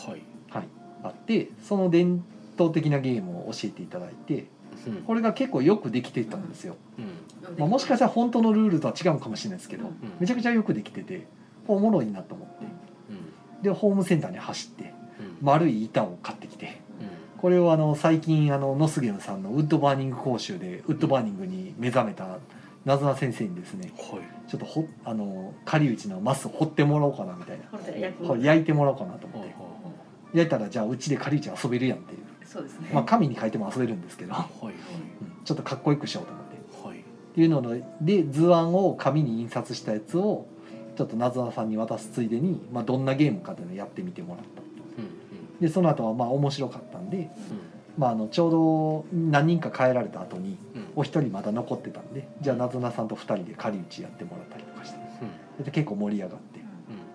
A: はい
B: はい、あってその伝統的なゲームを教えていただいて
A: うん
B: これが結構よくできてたんですよ、
A: うん
B: まあ、もしかしたら本当のルールとは違うかもしれないですけ
C: う
B: ど
C: ん
B: めちゃくちゃよくできてておもろいなと思って
A: うん
B: でホームセンターに走って
A: うん
B: 丸い板を買ってきて
A: うん
B: これをあの最近あのノスゲムさんのウッドバーニング講習でウッドバーニングに目覚めたなずな先生にですね
A: はい
B: ちょっとほあの狩り打ちのマスを掘ってもらおうかなみたいな
C: これで役
B: これ焼いてもらおうかなと思
A: ほ
B: っ
A: う
B: て
A: ほ
B: 焼いたらじゃあうちで狩り打ち遊べるやんっていう。
C: そうですね。
B: まあ、紙に書いても遊べるんですけど、
A: うはい
B: うんちょっとかっこよくしようと思って。っ
A: はいはい
B: ていうので図案を紙に印刷したやつをちょっとなずなさんに渡すついでに、まあ、どんなゲームかっていうのをやってみてもらった
A: うん
B: でその後はまあ面白かったんで、
A: う
B: まあ、あのちょうど何人か帰られた後に
A: んうんうん
B: お一人まだ残ってたんでじゃあなずなさんと二人で狩り打ちやってもらったりとかしてで結構盛り上がって、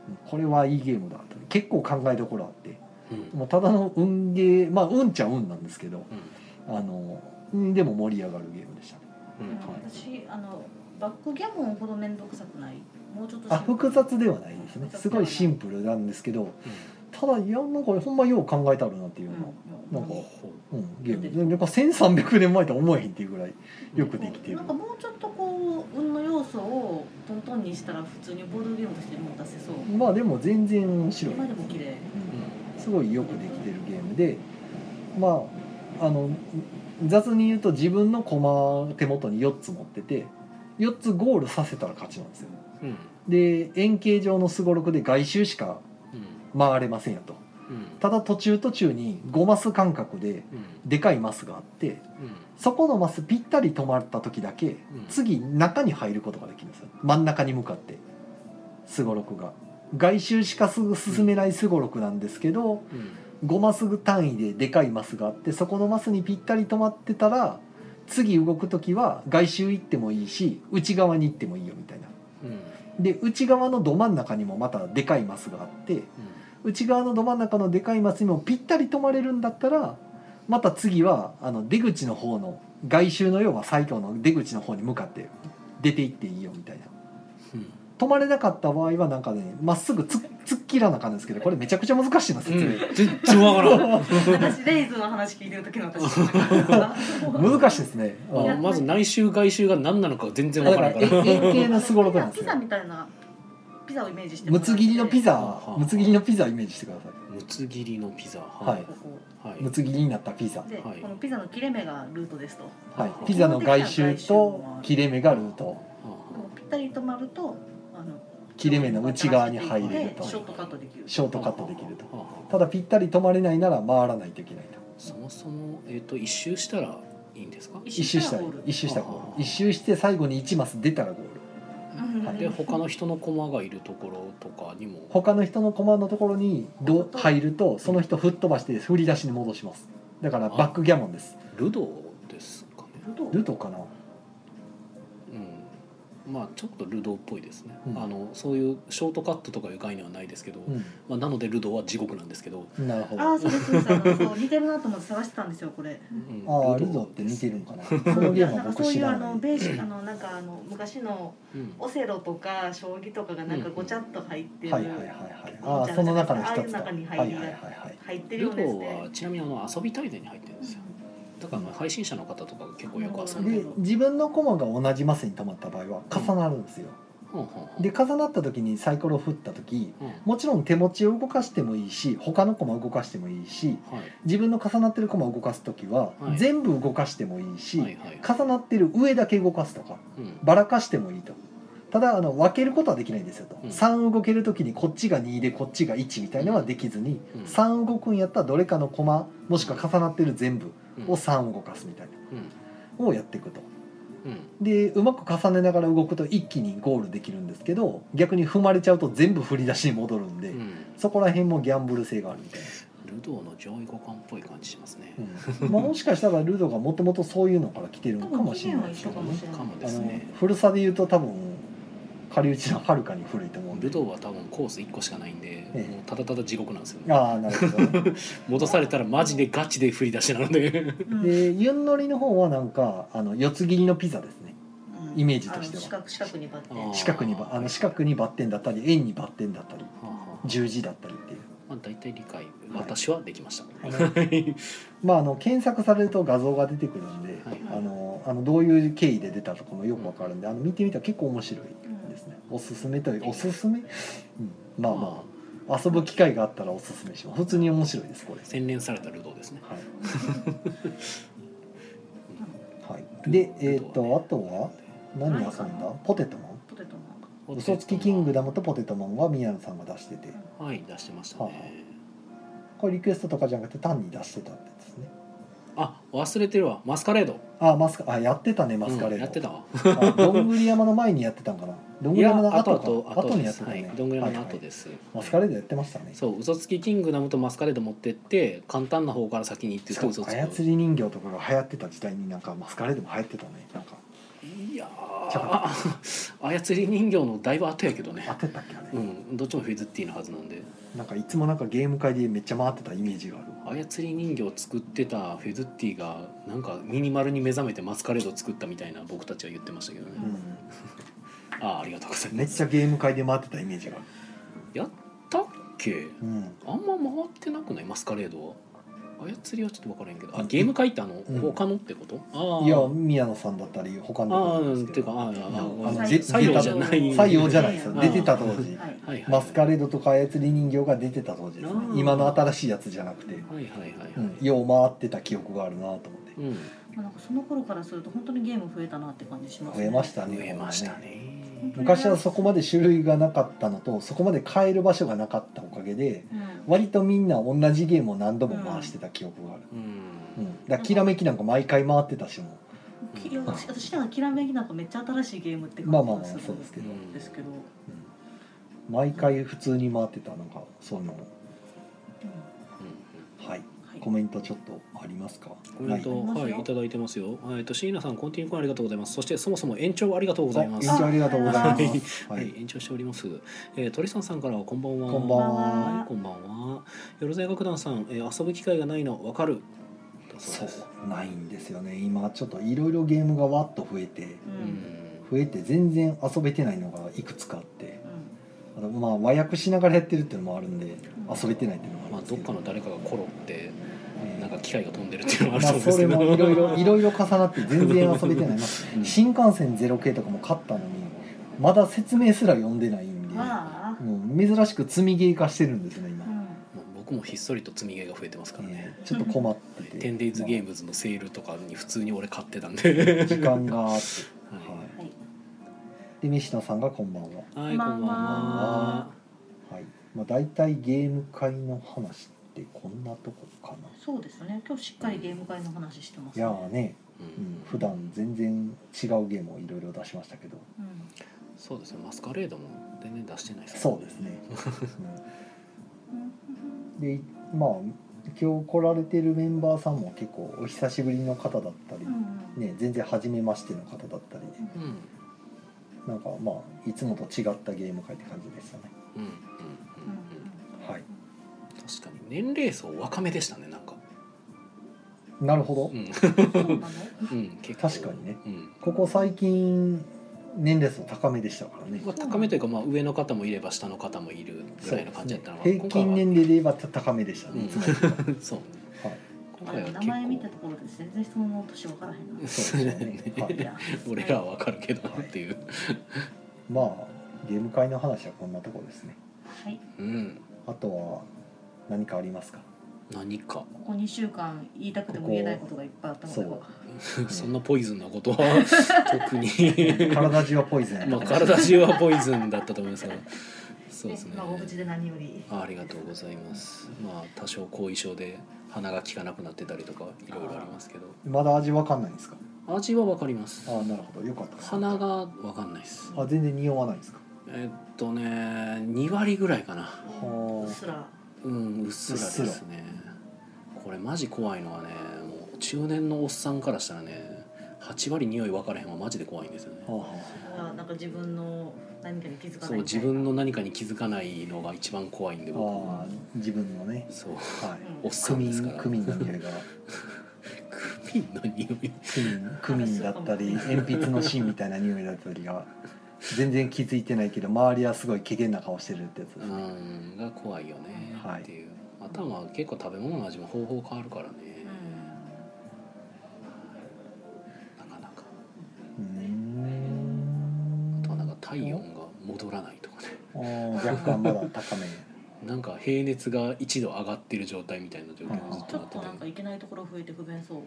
B: うんこれはいいゲームだと結構考えどころあって
A: うんうん
B: もうただの運ゲーまあ運っちゃ運なんですけど
A: うん
B: あのうんでも盛り上がるゲームでしたね
A: うん
C: 私あのバックギャモンほど面倒くさくない。もうちょっと
B: あ複雑ではないですねすごいシンプルなんですけどただいやなんかこれほんまよう考えたるなっていうの、
C: な
B: なんか
A: ほう
B: うんゲームでやっぱ1300年前とは思えへんっていうぐらいよくできてる
C: なんかもうちょっとこう運の要素をトントンにしたら普通にボードゲームとしてもう出せそう。
B: まあでも全然面白い、う
C: 今でも綺麗。
B: ん、すごいよくできてるゲームでまああの雑に言うと自分の駒手元に4つ持ってて4つゴールさせたら勝ちなんですよ
A: うんうん
B: で円形状のすごろくで外周しか
A: うん
B: 回れませんよと
A: うん
B: ただ途中途中に5マス間隔で
A: うん
B: でかいマスがあって
A: うん
B: そこのマスぴったり止まった時だけ
A: うん
B: 次中に入ることができるんですよ真ん中に向かってすごろくが外周しかすぐ進めないすごろくなんですけど
A: うん
B: 5マス単位ででかいマスがあってそこのマスにぴったり止まってたら次動く時は外周行ってもいいし内側に行ってもいいよみたいな
A: うん
B: で内側のど真ん中にもまたでかいマスがあって
A: うん
B: 内側のど真ん中のでかいマスにもぴったり止まれるんだったらまた次はあの出口の方の外周の要は最強の出口の方に向かって出ていっていいよみたいな
A: うん
B: 止まれなかった場合はなんかねまっすぐつ突っ切らなあかんですけどこれめちゃくちゃ難しいな説明、
A: 全然わからん
C: 私レイズの話聞いてる 時の私難
B: 難しいですね、うん
A: あまず内周外周が何なのか全然わからんから
B: だからえ円形のすごろくなんです
C: ピ
B: よ
C: ザみたいなピザをイメージしても
B: む
C: らって
B: つ切りのピザ
A: はあ
B: むつ切りのピザをイメージしてくださ
A: むつ切りのピザ
B: は
C: ここ
A: はい
B: むつ切りになったピザ
C: で、
A: はい
C: このピザの切れ目がルートですと
B: はい
A: はあ
B: ピザの外周と切れ目がルート
C: でもぴったり止まるとあの
B: 切れ目の内側に入れると
C: ショートカットできる
B: ショートカットできると
A: はあはあはあ
B: ただぴったり止まれないなら回らないといけないと
A: そもそも、えー、と一周したらいいんですか
C: 一
B: 一周したら
C: ゴール
B: 一周したらゴ
A: はあは
B: ー
A: あ
B: ル一周して最後に1マス出たらゴール
C: うん
A: で他の人の駒がいるところとかにも
B: 他の人の駒のところにどう入るとその人吹っ飛ばして振り出しに戻しますだからバックギャモンです
A: ルドですかね、
C: ルート
B: ルートかな
A: うん、まあちょっとルドっぽいですね、
B: うん
A: あのそういうショートカットとかいう概念はないですけど、
B: う
A: まあ、なのでルドは地獄なんですけど、
B: んなるほど
C: ああそうですそうですあのそう似てるなと思って探してたんですよこれ
A: うん
B: ああルドって似てるんかなこのゲームは
C: なんか
B: 僕
C: そう
B: 知
C: いうあ
B: らな
C: の
B: い
C: ベーシあのなんかあの昔の
A: うん
C: オセロとか将棋とかがなんかごちゃっと入ってる、
B: はいはいはいはいああその中の一つだ
C: ああ
B: は
C: いう中
B: い
C: に
B: はい
C: 入
B: はい
C: りが
B: はい
C: 入って
A: ル
C: るようなやつ
A: ド
C: で
A: はちなみにあの遊び大全に入ってるんですよだからあの配信者の方とかが結構よく遊んで
B: で
A: る、
B: 自分の駒が同じマスに止まった場合は重なるんですよ、
A: うんうんうん
B: で重なった時にサイコロを振った時
A: うん
B: もちろん手持ちを動かしてもいいし他の駒を動かしてもいいし
A: はい
B: 自分の重なってる駒を動かす時は
A: はい
B: 全部動かしてもいいし、
A: はいはい、
B: 重なってる上だけ動かすとか
A: うん
B: ばらかしてもいいとただあの分けることはできないんですよと、
A: うん
B: 3動ける時にこっちが2でこっちが1みたいなのはできずに、
A: うん
B: 3動くんやったらどれかの駒もしくは重なってる全部
A: うん
B: を3動かすみたいな
A: うん
B: のをやっていくと。
A: うん
B: でうまく重ねながら動くと一気にゴールできるんですけど逆に踏まれちゃうと全部振り出しに戻るんで、
A: うん
B: そこら辺もギャンブル性があるみたい
A: ルドーの上位互換っぽい感じしますね。
B: な、まあ、もしかしたらルドがもともとそういうのから来てるのかもしれない
C: 多分起源は一緒かもしれない
A: かも
B: あ
A: です
B: の
A: ね。
B: 古さで言うと多分仮打ちのはるかに古いと思うんで
A: ルドーは多分コース1個しかないんで、
B: ええ
A: もうただただ地獄なんですよ、ね、
B: ああなるほどね
A: 戻されたらマジでガチで振り出しなので
C: うん
B: でユンノリの方はなんかあの四つ切りのピザですね
C: うん
B: イメージとしては
C: あの四角四角にバッて
A: あー
B: 四角にばあの四角にバッテンだったり円にバッテンだったり
A: はあはあ
B: 十字だったりっていう
A: まあ、大体理解私はできました、
B: あ
A: は
B: の
A: い、
B: まあ、あの検索されると画像が出てくるんで、
A: はい
B: あのあのどういう経緯で出たとかもよくわかるんであの見てみたら結構面白いですねおすすめというおすすめ、うん、まあまあ遊ぶ機会があったらおすすめします普通に面白いですこれ、
A: 洗練されたルドーですね
B: は
A: う
B: いはい、でえ
A: ル
B: っ、
A: ドー
B: とあとは何遊んだポテトマン
C: ポテトも
B: 嘘つきキングダムとポテトマンは宮野さんが出してて
A: はい出してましたね
B: これリクエストとかじゃなくて単に出してたってやつですね
A: あ忘れてるわマスカレード
B: あマスカあやってたねマスカ
A: う
B: レード、
A: んやってたわ
B: あどんぐり山の前にやってたんかな。どんぐ
A: い
B: り
A: や
B: 山の
A: あと
B: 後
A: あと
B: か。
A: あと
B: 後に
A: で
B: やって
A: す
B: た
A: はい
B: ね。
A: どんぐらいの
B: はい
A: 後
B: はい
A: です、
B: マスカレードやってましたね。
A: そう嘘つきキングダムとマスカレード持ってって簡単な方から先に行って
B: しかも
A: 嘘つ
B: 操
A: く
B: り人形とかが流行ってた時代になんかマスカレードも流行ってたね。なんか
A: いや
B: ちゃうか
A: ー 操り人形のだいぶ後やけどね
B: 当てたっけあれ、
A: うんどっちもフィズッティのはずなんで
B: なんかいつもなんかゲーム会でめっちゃ回ってたイメージがある。
A: 操り人形を作ってたフェズッティがなんかミニマルに目覚めてマスカレードを作ったみたいな僕たちは言ってましたけど
B: う
A: ね
B: ん。
A: ああありがとうございま
B: めっ
A: す
B: ちゃゲーム会で回ってたイメージがある。
A: やったっけ
B: うん。
A: あんま回ってなくないマスカレードは操りはちょっと分からへんけどあゲーム会ってあの、
B: うん
A: 他のってことああ
B: いや宮野さんだったり他
A: あ
B: の
A: あ
B: ところ
A: う
B: です
A: ん
B: け
A: ていう
B: ど
A: かああああ
B: あの
A: あ
B: ぜ
A: 採用じゃない
B: 採用じゃないですよ
A: うん
B: 出てた当時
C: はい
A: はいはい
B: マスカレードとか操り人形が出てた当時ですね
A: うん
B: 今の新しいやつじゃなくて、
A: はいはいはいはい、
B: うん、よう回ってた記憶があるなと思って
A: うん
C: まあなんかその頃からすると本当にゲーム増えたなって感じします
B: 増えましたね
A: 増えましたね
B: 昔はそこまで種類がなかったのとそこまで買える場所がなかったおかげで
C: うん
B: 割とみんな同じゲームを何度も回してた記憶がある、
A: うん、
B: うんだからきらめきなんか毎回回ってたしも
C: きいや私私なんかきらめきなんかめっちゃ新しいゲームって
B: まあ
C: 感
B: まあま
C: じ
B: あ
C: がす
B: そう
C: る
B: ですけど、
A: うん
C: ですけど、
B: うん毎回普通に回ってたなんかそういうの
C: うん
B: はい
C: はい
B: コメントちょっとありますか
A: コメン
B: ない
A: ト、
C: はい
A: はい、いただいてますよ。えっと、椎名さん、コンティニューコインありがとうございます。そして、そもそも延長ありがとうございます。
B: あ
A: は、
B: 一応ありがとうございます。はいい、
A: 延長しております。えー、鳥さんさんからは、こんばんは。
B: こんばん
A: は
B: は。
A: い、こんばんは。よろずや楽団さん、えー、遊ぶ機会がないの、わかる。だ
B: そ
A: そうです。
B: う、ないんですよね。今ちょっといろいろゲームがわっと増えて、
C: う
A: うんん。
B: 増えて全然遊べてないのがいくつかあって、
C: うん
B: あとまあ和訳しながらやってるっていうのもあるんで、遊べてないっていうのも
A: まあ、
B: あるんです
A: どっ
B: け
A: か
B: ど。
A: の誰かがコロって、
B: えー
A: なんか機械が飛んでるっていうのはある
B: ま
A: と
B: あ
A: 思うんで
B: そ
A: すけ
B: れ
A: ど。
B: も いろいろいろいろ重なって全然遊べてない。まあ
A: うん
B: 新幹線ゼロ系とかも買ったのに、まだ説明すら読んでないんで、
C: まあ、
B: もう珍しく積みゲー化してるんですよね今。
C: う
A: もう僕もひっそりと積みゲーが増えてますからね。
B: えーちょっと困って て。
A: テンデイズゲームズのセールとかに普通に俺買ってたんで。
B: 時間があ
A: は
B: って、はい
C: はい
B: い、で西野さんがこんばんは、
A: い、はい、こんばん
C: こんばん
A: は
C: は。
B: はいまあ、大体ゲーム会の話ってこんなとこかな
C: そうですね今日しっかりゲーム会の話してます
B: い
C: ね
B: やーね、
A: う
B: うんん、普段全然違うゲームをいろいろ出しましたけど
C: うん
A: そうですね、マスカレードも全然出してないです、
B: そ うですね、
C: うん
B: うんでまあ今日来られてるメンバーさんも結構お久しぶりの方だったり
C: う、ん
B: ね、全然初めましての方だったり
A: うん、うん、
B: なんかまあいつもと違ったゲーム会って感じでしたね
A: うん、うん、うん
B: はい
A: 確かに年齢層若めでしたね、なんか。
B: なるほど
A: うん、
C: う んそうなの
A: うん、結構
B: 確かにね。
A: うん。
B: ここ最近年齢層高めでしたからね
A: まあ、高めというか、まあ、上の方もいれば、下の方もいるぐらいの感じだったのが、
B: 平均年齢で言えば高めでしたね、いつもよりは
A: 今回は。そうね。今
B: い
A: 回は
C: あの名
A: 結
C: 前見た
A: 構。
C: ところで全然質問の年分からへんな
B: そうですよね、はい
C: や
A: 俺らはわかるけどっていう。
B: い、まあゲーム会の話はこんなところですね
C: はい
A: うん。
B: あとは何かありますか
A: 何か。
C: ここ2週間言いたくても言えないことがいっぱいあったので
B: ここ
C: は
A: そんなポイズンなこと は特に
B: 体中はポイズンや
A: まあ体中はポイズンだったと思いますがそうですね
C: まあお口で何より
A: あありがとうございますまあ多少後遺症で鼻が効かなくなってたりとかいろいろありますけど
B: まだ味わかんないんですか
A: 味はわかります
B: ああなるほどよかったです
A: 鼻がわかんないです
B: あ全然匂わないんですか
A: えっとね2割ぐらいかな
B: は
C: うっすら
A: うんうっすらですねこれマジ怖いのはねもう中年のおっさんからしたらね8割匂い分からへんはマジで怖いんですよね
B: あ、は
C: あなんか自分の何かに気づか
A: そ
C: な
A: う
C: い
A: 自分の何かに気づかないのが一番怖いんで
B: あ、ああ
A: 僕
B: 自分のね
A: そう
B: はい
A: おっさん
B: クミ
A: ですか
B: ン
A: ら
B: クミンの匂いが
A: クミンの匂い
B: ク ミンクミンだったり鉛筆の芯みたいな匂いだったりが全然気づいてないけど周りはすごい怪げな顔してるってやつで
A: う
B: すね
A: んが怖いよね
B: はい
A: っていう、あとはまあ結構食べ物の味も方法変わるからね、なかなか
B: うー
A: あとはなん
B: ん
A: か体温が戻らないとかね
B: あー若干まだ高 め
A: なんか平熱が1度上がってる状態みたいな状況がずっ
C: ち
A: と
C: ょ
A: なっ
C: ってとなんか
A: て
C: いけないところ増えて不便そう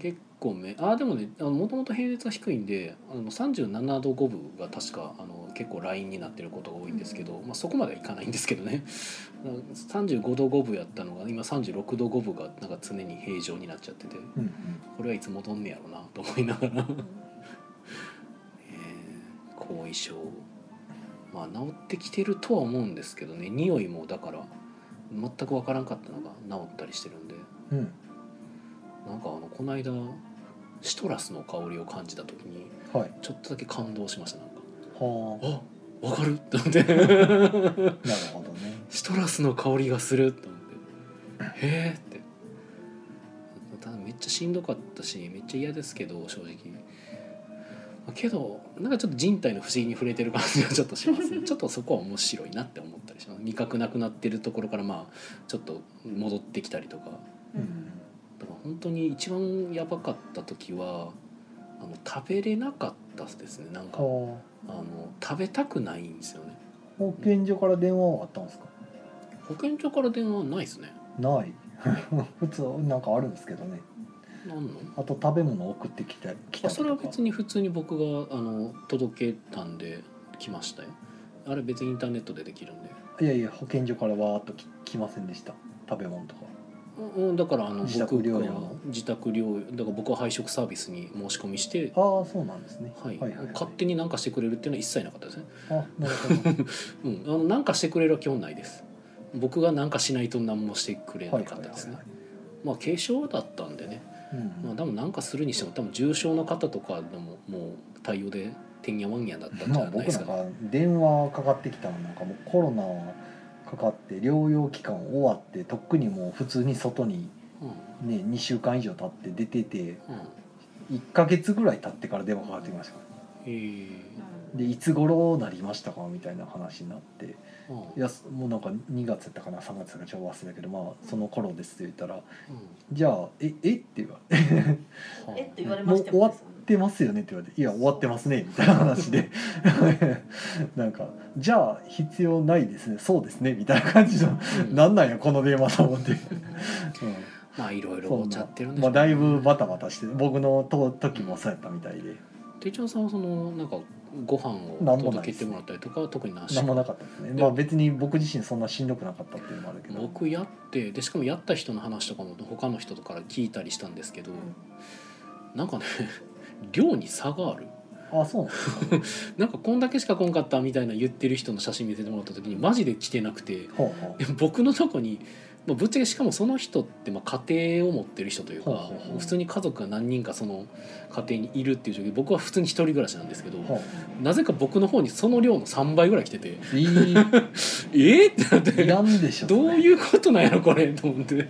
A: 結構めあーでもねもともと平熱が低いんであの37度5分が確かあの結構ラインになってることが多いんですけど、まあ、そこまではいかないんですけどね だから35度5分やったのが今36度5分がなんか常に平常になっちゃってて
B: うん
A: これはいつ戻んねやろなと思いながら、ねえ後遺症まあ治ってきてるとは思うんですけどね匂いもだから全く分からんかったのが治ったりしてるんで
B: うんうん
A: なんかあのこの間シトラスの香りを感じた時に
B: はい
A: ちょっとだけ感動しましたなんか
B: は
A: あ分かると思って
B: あなるほどね
A: シトラスの香りがすると思ってへえってただめっちゃしんどかったしめっちゃ嫌ですけど正直けどなんかちょっと人体の不思議に触れてる感じがちょっとしますねちょっとそこは面白いなって思ったりします味覚なくなってるところからまあちょっと戻ってきたりとか
B: うん
A: だから本当に一番やばかった時はあの食べれなかったですねなんかあ
B: は
A: の食べたくないんですよね
B: あ保健所から電話はあったんですか
A: 保健所から電話ないですね
B: ない 普通なんかあるんですけどね
A: なんの
B: あと食べ物送ってきた来た
A: あ
B: り
A: それは
B: とか
A: 別に普通に僕があの届けたんで来ましたよあれ別にインターネットでできるんで、
B: いやいや保健所からわーっとき来ませんでした食べ物とか
A: うん、だからあの
B: 自宅療
A: 僕
B: 養
A: が自宅療養だから僕は配食サービスに申し込みして
B: ああそうなんですね、
A: はい
B: はいはいはい
A: 勝手に何かしてくれるっていうのは一切なかったですね
B: あなるほ ど
A: うんあの何かしてくれるは基本ないです僕が何かしないと何もしてくれなかったですね、まあ軽症だったんでね、まあ、多分なんかするにしても多分重症の方とかでももう対応でてんやわんやだったんじ
B: ま
A: ゃ
B: あ
A: ない
B: 僕
A: です
B: な
A: か
B: ん
A: ね、
B: か電話かかってきたのなんかもうコロナかかって療養期間終わってとっくにもう普通に外にね2週間以上経って出てて
A: うんうん
B: 1ヶ月ぐらい経ってから電話かかってきました
A: えー
B: でいつ頃なりましたかみたいな話になって
A: うん
B: いやもうなんか2月やったかな3月やったかちょっと忘れたけどまあその頃ですって言ったら「じゃあええっ?」て言われて
A: うんはあ
C: えって言われ
B: も
C: ま
B: う
C: して
B: 終わってますよねって言われて「いや終わってますね」みたいな話で なんか「じゃあ必要ないですねそうですね」みたいな感じの
A: うん
B: なんなんやこの電話と思って、うん
A: まあいろいろ
B: そ
A: お
B: ん
A: ちゃ
B: な
A: ってるんでし
B: ま
A: ょ
B: あ
A: う
B: だい
A: ね
B: ぶバタバタして僕のと時もそうやったみたいで
A: 手帳さんはそのなんかご飯
B: な
A: を
B: んもない
A: 届
B: で
A: け
B: す
A: てもらったりとかは特になし
B: 何もなかったですね
A: で
B: まあ別に僕自身そんなしんどくなかったっていうのもあるけど
A: 僕やってでしかもやった人の話とかも他の人とから聞いたりしたんですけど、なんかね 量に差がある
B: あそうなんですか
A: なんかこんだけしか来んかったみたいな言ってる人の写真見せてもらった時にマジで来てなくて
B: ほうほう
A: で 僕のとこに、まあ、ぶっちゃけしかもその人ってまあ家庭を持ってる人というか、
B: ほうほうほう
A: 普通に家族が何人かその家庭にいるっていう状況で僕は普通に一人暮らしなんですけど、
B: ほう
A: なぜか僕の方にその量の3倍ぐらい来てて
B: いい
A: えっ、ってなって
B: いらんでしょ
A: どう
B: う
A: いうことなんやろこれと思って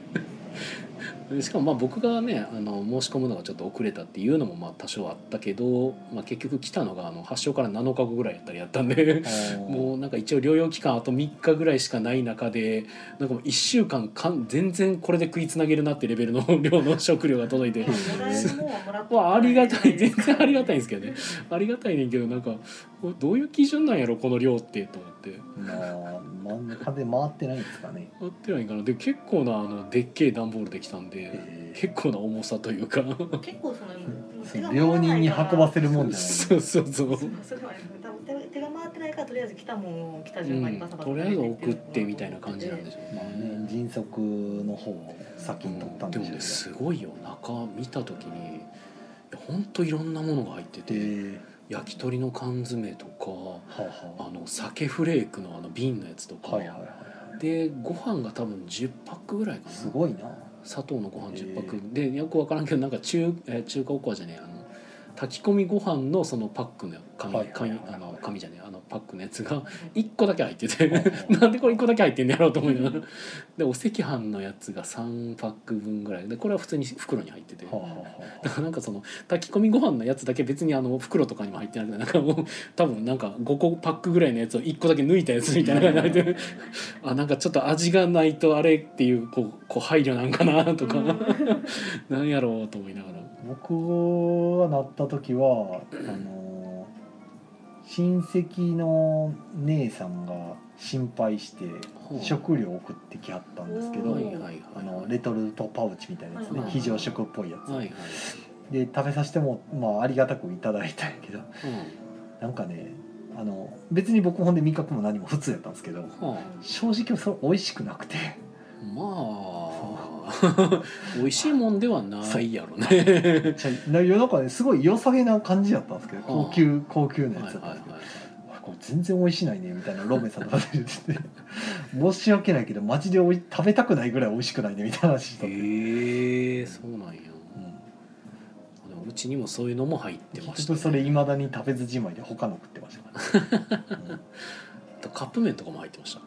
A: でしかもまあ僕がねあの申し込むのがちょっと遅れたっていうのもまあ多少あったけど、まあ、結局来たのがあの発症から7日後ぐらいやったりやったんでもうなんか一応療養期間あと3日ぐらいしかない中でなんかもう1週間かん全然これで食いつなげるなってレベルの 量の食料が届いて
C: でもらえるもんはもらっ
A: まあありがたい全
C: です
A: 然ありがたいんですけどねありがたいねんけどなんかこれどういう基準なんやろこの量ってと思って。
B: まあ真ん中で回ってないんですかね
A: 合ってないんかなで結構なあのでっけえ段ボールできたんで
B: えー
A: 結構な重さというか
C: 結構その
B: その病人に運ばせるもんじゃな い
A: そうそうそう
C: それは多分手が手が回ってないからとりあえず来たもん来た
A: う
C: 順番に
A: ん
C: バサバサ
A: とりあえず送ってみたいな感じなんでしょう
B: まあ
A: ね
B: ね、迅速の方を先に取ったん
A: でも
B: でしょ
A: ね
B: う
A: すごいよ中見た時にいやほんといろんなものが入って
B: けど。
A: て
B: で、
A: 焼き鳥の缶詰とか
B: はあは
A: あの酒フレークのあの瓶のやつと
B: あ、
A: か
B: はいはいはい。
A: でご飯が多分10パックぐらいかな
B: すごい な。
A: 砂糖のご飯10パック、
B: へ
A: でよく分からんけどなんか中,、えー中華おこわじゃねえあの炊き込みご飯のそのパックの紙,、
B: はいはいはい
A: 紙あの紙じゃねえあのパックのやつが1個だけ入ってて
B: は
A: なんでこれ1個だけ入ってんのやろうと思いながらでお赤飯のやつが3パック分ぐらいでこれは普通に袋に入ってて
B: あ。はあは
A: だからなんかその炊き込みご飯のやつだけ別にあの袋とかにも入ってなくてなんかもう多分なんか5個パックぐらいのやつを1個だけ抜いたやつみたいな感じになってるあなんかちょっと味がないとあれっていうこうこう配慮なんかなとか、なんやろうと思いながら。
B: あ。僕がなった時は、あの親戚の姉さんが心配して
A: ほう
B: 食料送ってきはったんですけ
A: は
B: ど
A: い、はいはい
B: あのレトルトパウチみたいなやつね
A: は、い
B: 非常食っぽいや
A: はいは
B: つ
A: い。
B: で食べさせてもまあありがたくいただいたんやけど。
A: う
B: なんかねあの別に僕ほんで味覚も何も普通やったんですけど
A: んは
B: 正直それ美味しくなくて
A: あ、まあ 美味しいもんではないやろね。
B: じゃななんかねすごい良さげな感じやったんですけど
A: あ
B: 高級高級な
A: はい
B: やつ
A: はい
B: やったん
A: は
B: で
A: い
B: すけど、あこれ全然美味しないねみたいなロメさんとかで言って て申し訳ないけどマジでおい食べたくないぐらい美味しくないねみたいな話し。たんで、
A: へえそうなんや。
B: うん
A: でもうちにもそういうのも入ってまし
B: 結
A: た、
B: 局
A: ね。
B: それいまだに食べずじまいで他の食ってましたから、 ね
A: あとカップ麺とかも入ってました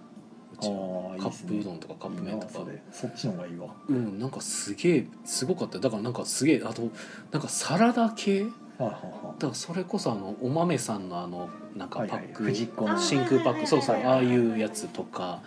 A: うちは
B: うん、ああいい
A: カ
B: です
A: ップうど
B: ね
A: んとかカップ
B: いい
A: 麺と
B: な
A: か
B: それそっちの方がいいわ
A: うんなんかすげえすごかったよだからなんかすげえあとなんかサラダ系だ
B: はいはいは
A: からそれこそあのお豆さんのあのなんか
B: いはい
A: パ
B: はい
A: ック、
B: 藤子の
C: あ
A: 真空パックそうそう
C: はい
A: あ
C: は
A: あ
C: いはいはい
A: いうやつとか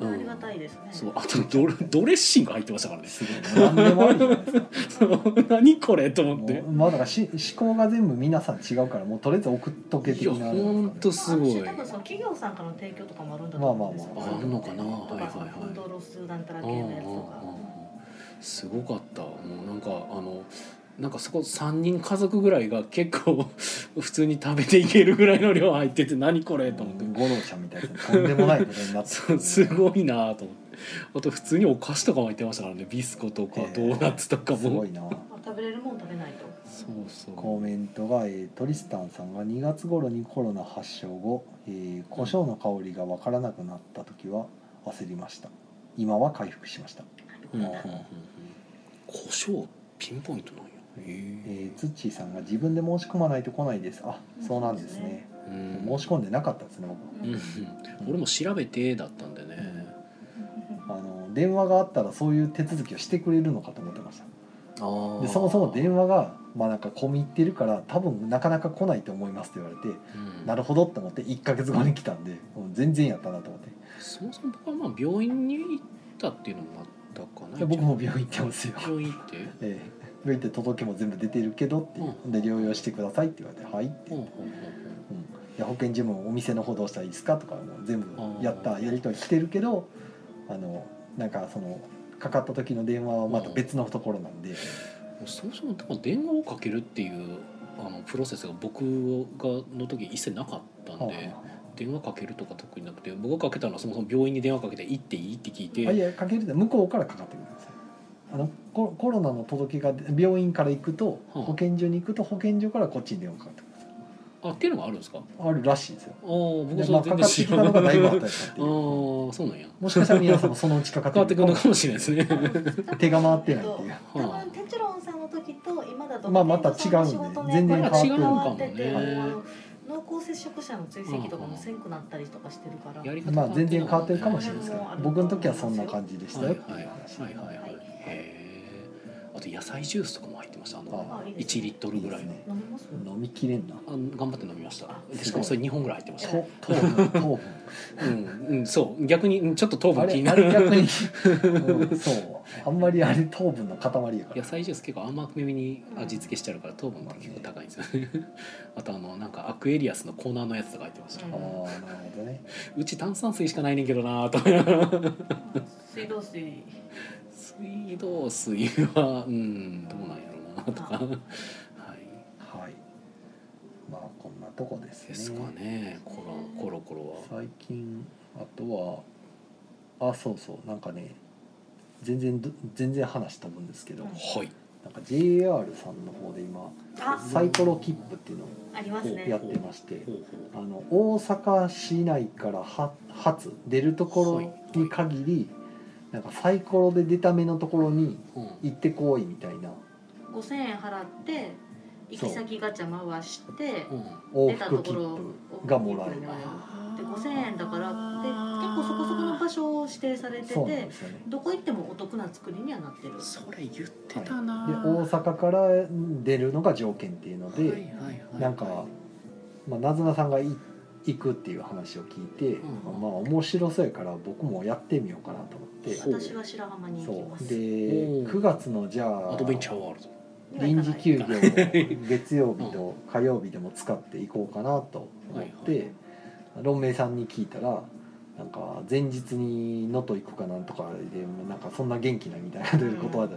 C: ありがたいですね。
A: そうあとドレドレッシング入ってましたからね
B: すごい何でもありじゃない ですか
A: そう何これと思って
B: もうまあだからし思考が全部皆さん違うからもうとりあえず送っとけ
A: い
B: 的
A: や
B: なあれ
A: ほ
B: なん
A: んと
B: です
A: すごい
C: ある種多分その企業さんからの提供とかもあるんだと
B: まあまあ
C: 思うんですよ。
B: ま
A: ああるのかな
C: と
A: はいは
C: か
A: い
C: そ
A: はい
C: のフードロスなんたら
A: う
C: 系
A: んうんう
C: の
A: ん
C: やつとか。
A: うんすごかったもうなんかあのなんかそこ3人家族ぐらいが結構 普通に食べていけるぐらいの量入ってて何これと
B: か
A: 思って、
B: ね五郎ちゃんみたいなとんでもないことになっ て
A: そうすごいなと思ってあと普通にお菓子とかも入ってましたからねビスコとか
B: えー
A: ドーナツとか
B: す
A: も、
B: ごいな
C: まあ食べれるもん食べないと。
A: そうそう
B: コメントが、えートリスタンさんが2月頃にコロナ発症後、えー、胡椒の香りが分からなくなった時は焦りました今は回復しました
A: うんうんうん
B: あ
A: うん
B: ー
A: 胡椒ピンポイントなんやへ
B: えー、ツッチーさんが自分で申し込まないと来ないですあそうなんですね、
A: えうん
B: 申し込んでなかったですね僕
A: うんうん俺も調べてだったんでね
B: あの電話があったらそういう手続きをしてくれるのかと思ってました
A: あー
B: でそもそも電話がまあなんか込み入ってるから多分なかなか来ないと思いますって言われて
A: うん
B: なるほどって思って1ヶ月後に来たんでもう全然やったなと思って
A: そもそも僕はまあ病院に行ったっていうのもあったかな
B: で僕も病院行ってますよ、
A: 病院行って
B: ええ病院って届けも全部出てるけどって、
A: う
B: で療養してくださいって言われて「はい」って、
A: ほう
B: うん
A: ほうほう
B: で保健事務お店の方どうしたらいいですかとかも全部やっ
A: あ
B: た
A: ー
B: やり取りしてるけどあのなんかそのかかった時の電話はまた別のところなんで、
A: ほうそもそも多分電話をかけるっていうあのプロセスが僕がの時一切なかったんで
B: は
A: 電話かけるとか特になくて僕がかけたのはそもそも病院に電話かけて行っていいって聞いて
B: あいやかけるで向こうからかかってくるんですよあのコロコロナの届けが病院から行くと
A: はあ
B: 保健所に行くと保健所からこっちに電話かかってくる
A: あっていうのがあるんですかあ
B: あるらしいですよ
A: あ僕
B: で
A: はそ
B: まあ
A: れ全
B: かか
A: 然
B: って
A: 知
B: きた
A: らな
B: の
A: かっ
B: がだ
A: た
B: いぶあ
A: あ
B: ったり
A: あ
B: とかっていう
A: そうなんや
B: もしかしたら皆さんもそのうちかか
A: かかっ
B: って
A: て
B: く
A: くる
B: る
A: のかもしれないですね
B: 手が回ってないっていう
C: 多分テチロンさんの時と今だと
B: まあまた違うんで全然
C: 変
B: 変
A: わ
C: わ
A: っ
C: ってて
A: る
C: て
A: はい
C: あの濃厚接触者の追跡とかもせんくなったりとかしてるから、
A: やり方
B: まあ全然変わってるかもし
A: ない
B: れないですけど
C: うん
B: 僕の時はそんな感じでした
A: はい
B: よ
A: は
B: っ
A: い
B: ていう話
A: はいはいはいへえあと野菜ジュースとかも入ってましたあの
B: あ
C: あいいです
A: 1リットルぐらいの
B: いいですね
C: 飲みます
B: 飲みきれんな
A: あ頑張って飲みました
C: あ
A: でしかもそれ2本ぐらい入ってました
B: と糖分糖分
A: うん、うん、そう逆にうんちょっと糖
B: あ
A: 分気に
B: れ
A: な
B: あれ
A: る
B: 逆に、うんそうあんまりあれ糖分の塊やから
A: 野菜ジュース結構甘めに味付けしてあるから糖分って結構高いんですよ ねあとあのなんかアクエリアスのコーナーのやつとか入ってました
B: ああなるほどね
A: うち炭酸水しかないねんけどなぁと思いながら
C: 水道水
A: 水道水はうんどうなんやろうなとか
C: あ
A: はい
B: はい。まあこんなとこですね。
A: ですかねコロコロコロは
B: 最近あとはあそうそうなんかね全然ど全然話飛ぶんですけど、
C: うん
A: はい
B: なんか JR さんの方で今
C: あ
B: サイコロ切符っていうのを
C: あります
B: や
C: ね
B: ってまして。
A: ほう
B: あの大阪市内からは初出るところに限りなんかサイコロで出た目のところに
A: ほううん
B: 行ってこいみたいな
C: 5000円払って行き先ガチャ回して
A: うん
B: 往
C: 出た
B: 復
C: とこ
B: 切
C: ろ
B: 符がもらえる
C: で5000円だからで結構そこそこの場所を指定されて
B: そうなん
C: て
B: ですよね
C: どこ行ってもお得な作りにはなってる
A: それ言ってたな
B: で
A: ぁ
B: 大阪から出るのが条件っていうので、
A: はいはいはい
B: なんか、まあ、なずなさんがい行くっていう話を聞いて、
A: うんうん
B: まあ面白そうやから僕もやってみようかなと思って、
A: ほう
C: 私は白浜に行き
B: そ
C: ま
B: う
C: す
B: で
A: おー
B: 9月のじゃあ
A: アドベンチャーワールド
C: には行
B: 臨
C: かない
B: 時休業を月曜日と火曜日でも使っていこうかなと思って、
A: はいは
B: 論明さんに聞いたら。なんか前日に能登行くかなんとかでなんかそんな元気ないみたいなことは、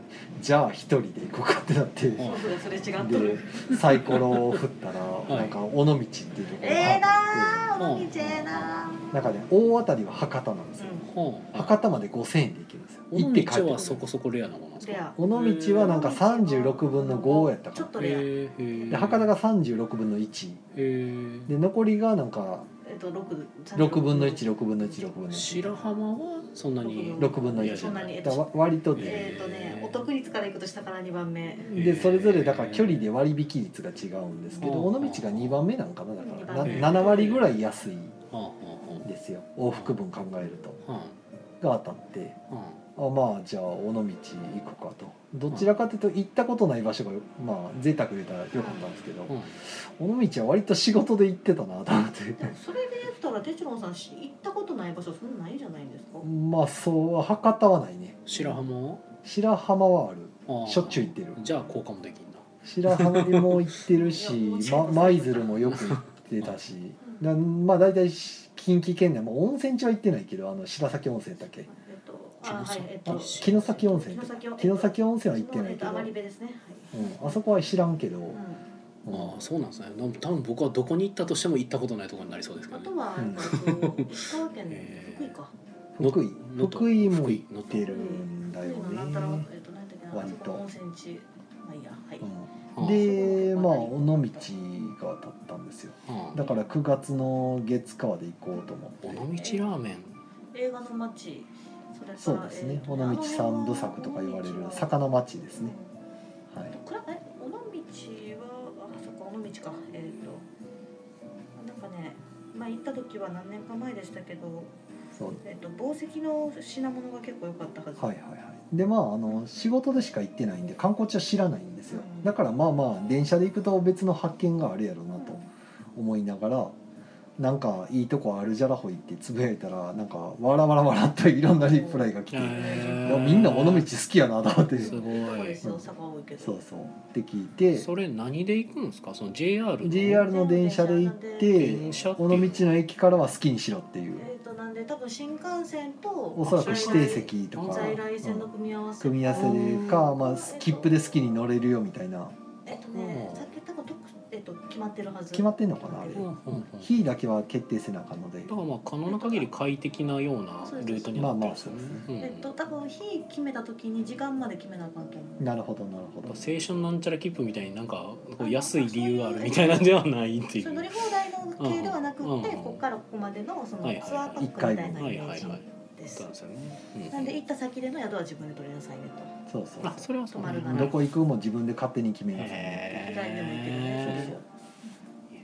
B: じゃあ一人で行こうかってなって、
A: うん
C: そうそうそれ違っと
B: で
C: る
B: サイコロを振ったら、
A: い
B: なんか尾道っていうところが
C: ええ
B: あ
C: なー尾道ええなー
B: ってなんかね大当たりは博多なんですよ、
A: ほう
B: 博多まで5000円で行けるんですよ行
A: 尾
B: って帰って
A: 道
B: くる
A: はそこそこレアなものなんです
C: レ
A: か
C: ア
B: 尾道はなんか36分の5やった
C: ちょ
B: か
C: っと
A: へ
C: レア
A: えへえ
B: で博多が36分の1
A: へえ
B: で残りがなんか
C: えっと6
B: 6分の16分の16分の1
A: 白浜はそんなに
B: 6分の
A: いや
B: 1
C: そんなに
B: だからわ割とで
C: えっとねお得率から行くと下から2番目
B: でそれぞれだから距離で割引率が違うんですけど尾道が2番目なんかなだからな
A: へー
B: 7割ぐらい安いん
A: はあは
B: ですよ往復分考えると
A: あはあは
B: が当たって
A: あは
B: あまあじゃあ尾道行こうかとどちらかというと行ったことない場所がまあ贅沢で言ったらよかったんですけど、
A: あは
B: 尾道は割と仕事で行ってたなと思って
C: でもそれで言ったらテチロンさんし行ったことない場所そんなないじゃないですか
B: まあそう博多はないね
A: 白浜は
B: 白浜はある
A: ああ
B: しょっちゅう行ってる
A: じゃあ交換もできんな
B: 白浜にも行ってる
C: いやもう
B: し
C: ちょ
B: ま
C: っと
B: 舞鶴もよく行ってたしだまあ大体近畿圏内、まあ、温泉地は行ってないけどあの白崎温泉だっけ
C: えっと
A: 城
C: あはい
A: 崎
C: えっと
B: あ城崎温泉
C: 城崎温
B: 城崎温泉は行ってない
C: えっ
B: け
C: と
B: ど、
C: アマリ
B: う
C: ベですね
B: ん、あそこは知らんけど、
C: はい、うん
B: うん
A: ああそうなんですねでも多分僕はどこに行ったとしても行ったことないところになりそうですけ
C: あ
A: ど
C: と
A: ね
C: は、えっと石川県の
A: えー
C: 福 井か。
B: 福井
A: の
B: 福井も行ってるんだ
C: 福
B: よ
C: 井のなんたら、
B: ね、
C: えっと、なんだっけな、あ
B: 割
C: そ
B: と
C: こ温泉地。まあ、いいや、はい。
B: うん、でまあ尾道が当たったんですよ
A: はあ
B: だから9月の月火で行こうと思っ
A: 尾
B: て
A: 道ラーメン
C: 映画の街。それから
B: そうですね
C: えーと
B: 尾道三部作とか言われる坂の町ですね。はい
C: くらえ尾道はあそっか尾道かえっ、となんかねまあ行った時は何年か前でしたけど、
B: そう
C: えっと宝石の品物が結構良かったはず、
B: はいはいはいでまああの仕事でしか行ってないんで観光地は知らないんですよ
C: うん
B: だからまあまあ電車で行くと別の発見があるやろうなと思いながらなんかいいとこあるじゃらほいってつぶやいたらなんかわらわらわらっといろんなリプライが来て、
A: へ
B: いや
A: ー
B: みんな尾道好きやなと思って
A: す
B: そ
A: ご
C: うんそうで
A: い
C: すよ差が多いけど
B: うそうって聞いて
A: それ何で行くんですかその JR の
B: JR の電車で行って
A: 電車ってい
B: 尾
A: う
B: 道の駅からは好きにしろっていう
C: えっ、となんで多分新幹線と
B: おそらく指定席とか
C: 在来線
B: う
C: の
B: ん
C: 組み合わせ、
B: 組み合わせでか、まあ、切符で好きに乗れるよみたいな
C: えっ、とね
A: うん
C: さっき多分特えっ、と決まってるはず
B: 決まってんのかなあれ
A: うんうんうん
B: 日だけは決定せなあかんので
A: だからまあ可能な限り快適なようなルートになってるんですよね。うん
C: えっと、
A: やっ
C: 多分日決めた時に時間まで決めなあかんと思う。
B: なるほどなるほ
A: ぱ
B: ど
A: 青春なんちゃら切符みたいになんかこう安い理由があるみたいなんではないってい。
C: そうれ乗り
A: は
C: 放題の系ではなく
A: うんうん
C: って、ここからここまでのその
A: はいはいはい
C: ツアーパックみたいないイ
A: はい
C: メ
A: は
C: ー
A: い。
C: ジ
A: だ
C: で
A: った
C: す
A: ん。ですよね。うん
C: なんで行った先での宿は自分で取りなさいねと。
B: そうそう
A: あ
B: そ
A: それはそう
C: 泊まるな
B: う
C: ら
B: どこ行くも自分で勝手に決めなさいね
A: へ
C: 行きたいでも行ける
A: ー
C: ね
B: そうそう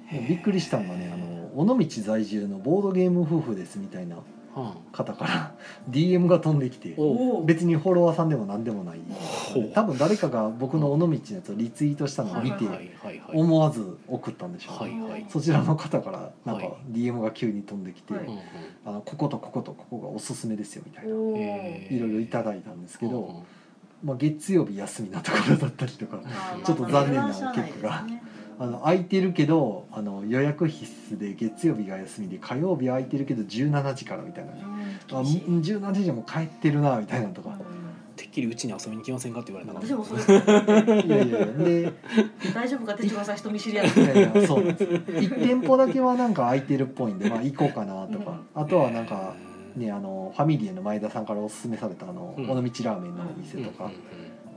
A: へー
B: びっくりしたのがねあの尾道在住のボードゲーム夫婦ですみたいな
A: はあ
B: 方から DM が飛んできて
A: お
C: お
B: 別にフォロワーさんでも何でもない
A: ほう
B: 多分誰かが僕の尾道のやつをリツイートしたのを見
C: はい
B: て
C: はい
A: はいはい
B: 思わず送ったんでしょう
A: は
B: ね
A: いはい。
B: そちらの方からなん
A: は
B: か DM が急に飛んできて
C: はい
A: うんうん
B: 「あのこことこことここがおすすめですよ」みたいな
C: お
A: え
C: ー
A: ー
B: いろいろいただいたんですけ
A: うん
B: ど
A: うん
B: まあ月曜日休みなところだったりとか
C: あー
B: ちょっと残念な
C: まあまあそれはしゃあないですね
B: あの空いてるけどあの予約必須で月曜日が休みで火曜日は空いてるけど17時からみたいなね
C: うん
B: あ
C: 厳しい
B: ん17時じゃもう帰ってるなみたいなと
C: う
B: か
C: ん
A: てっきりうちに遊びに来ませんかって言われたか
C: 私
A: ら。
C: もそれ聞い
B: いやいやいやで
C: て大丈夫か手帳さん人見知りや
B: い
C: な
B: やいやそうなんです1店舗だけはなんか空いてるっぽいんで、まあ、行こうかなとかあとはなんかねあのファミリーの前田さんからおすすめされたあの
A: う
B: 尾
A: ん
B: 道ラーメンのお
A: う
B: 店
A: んうん
B: と
A: うん。
B: か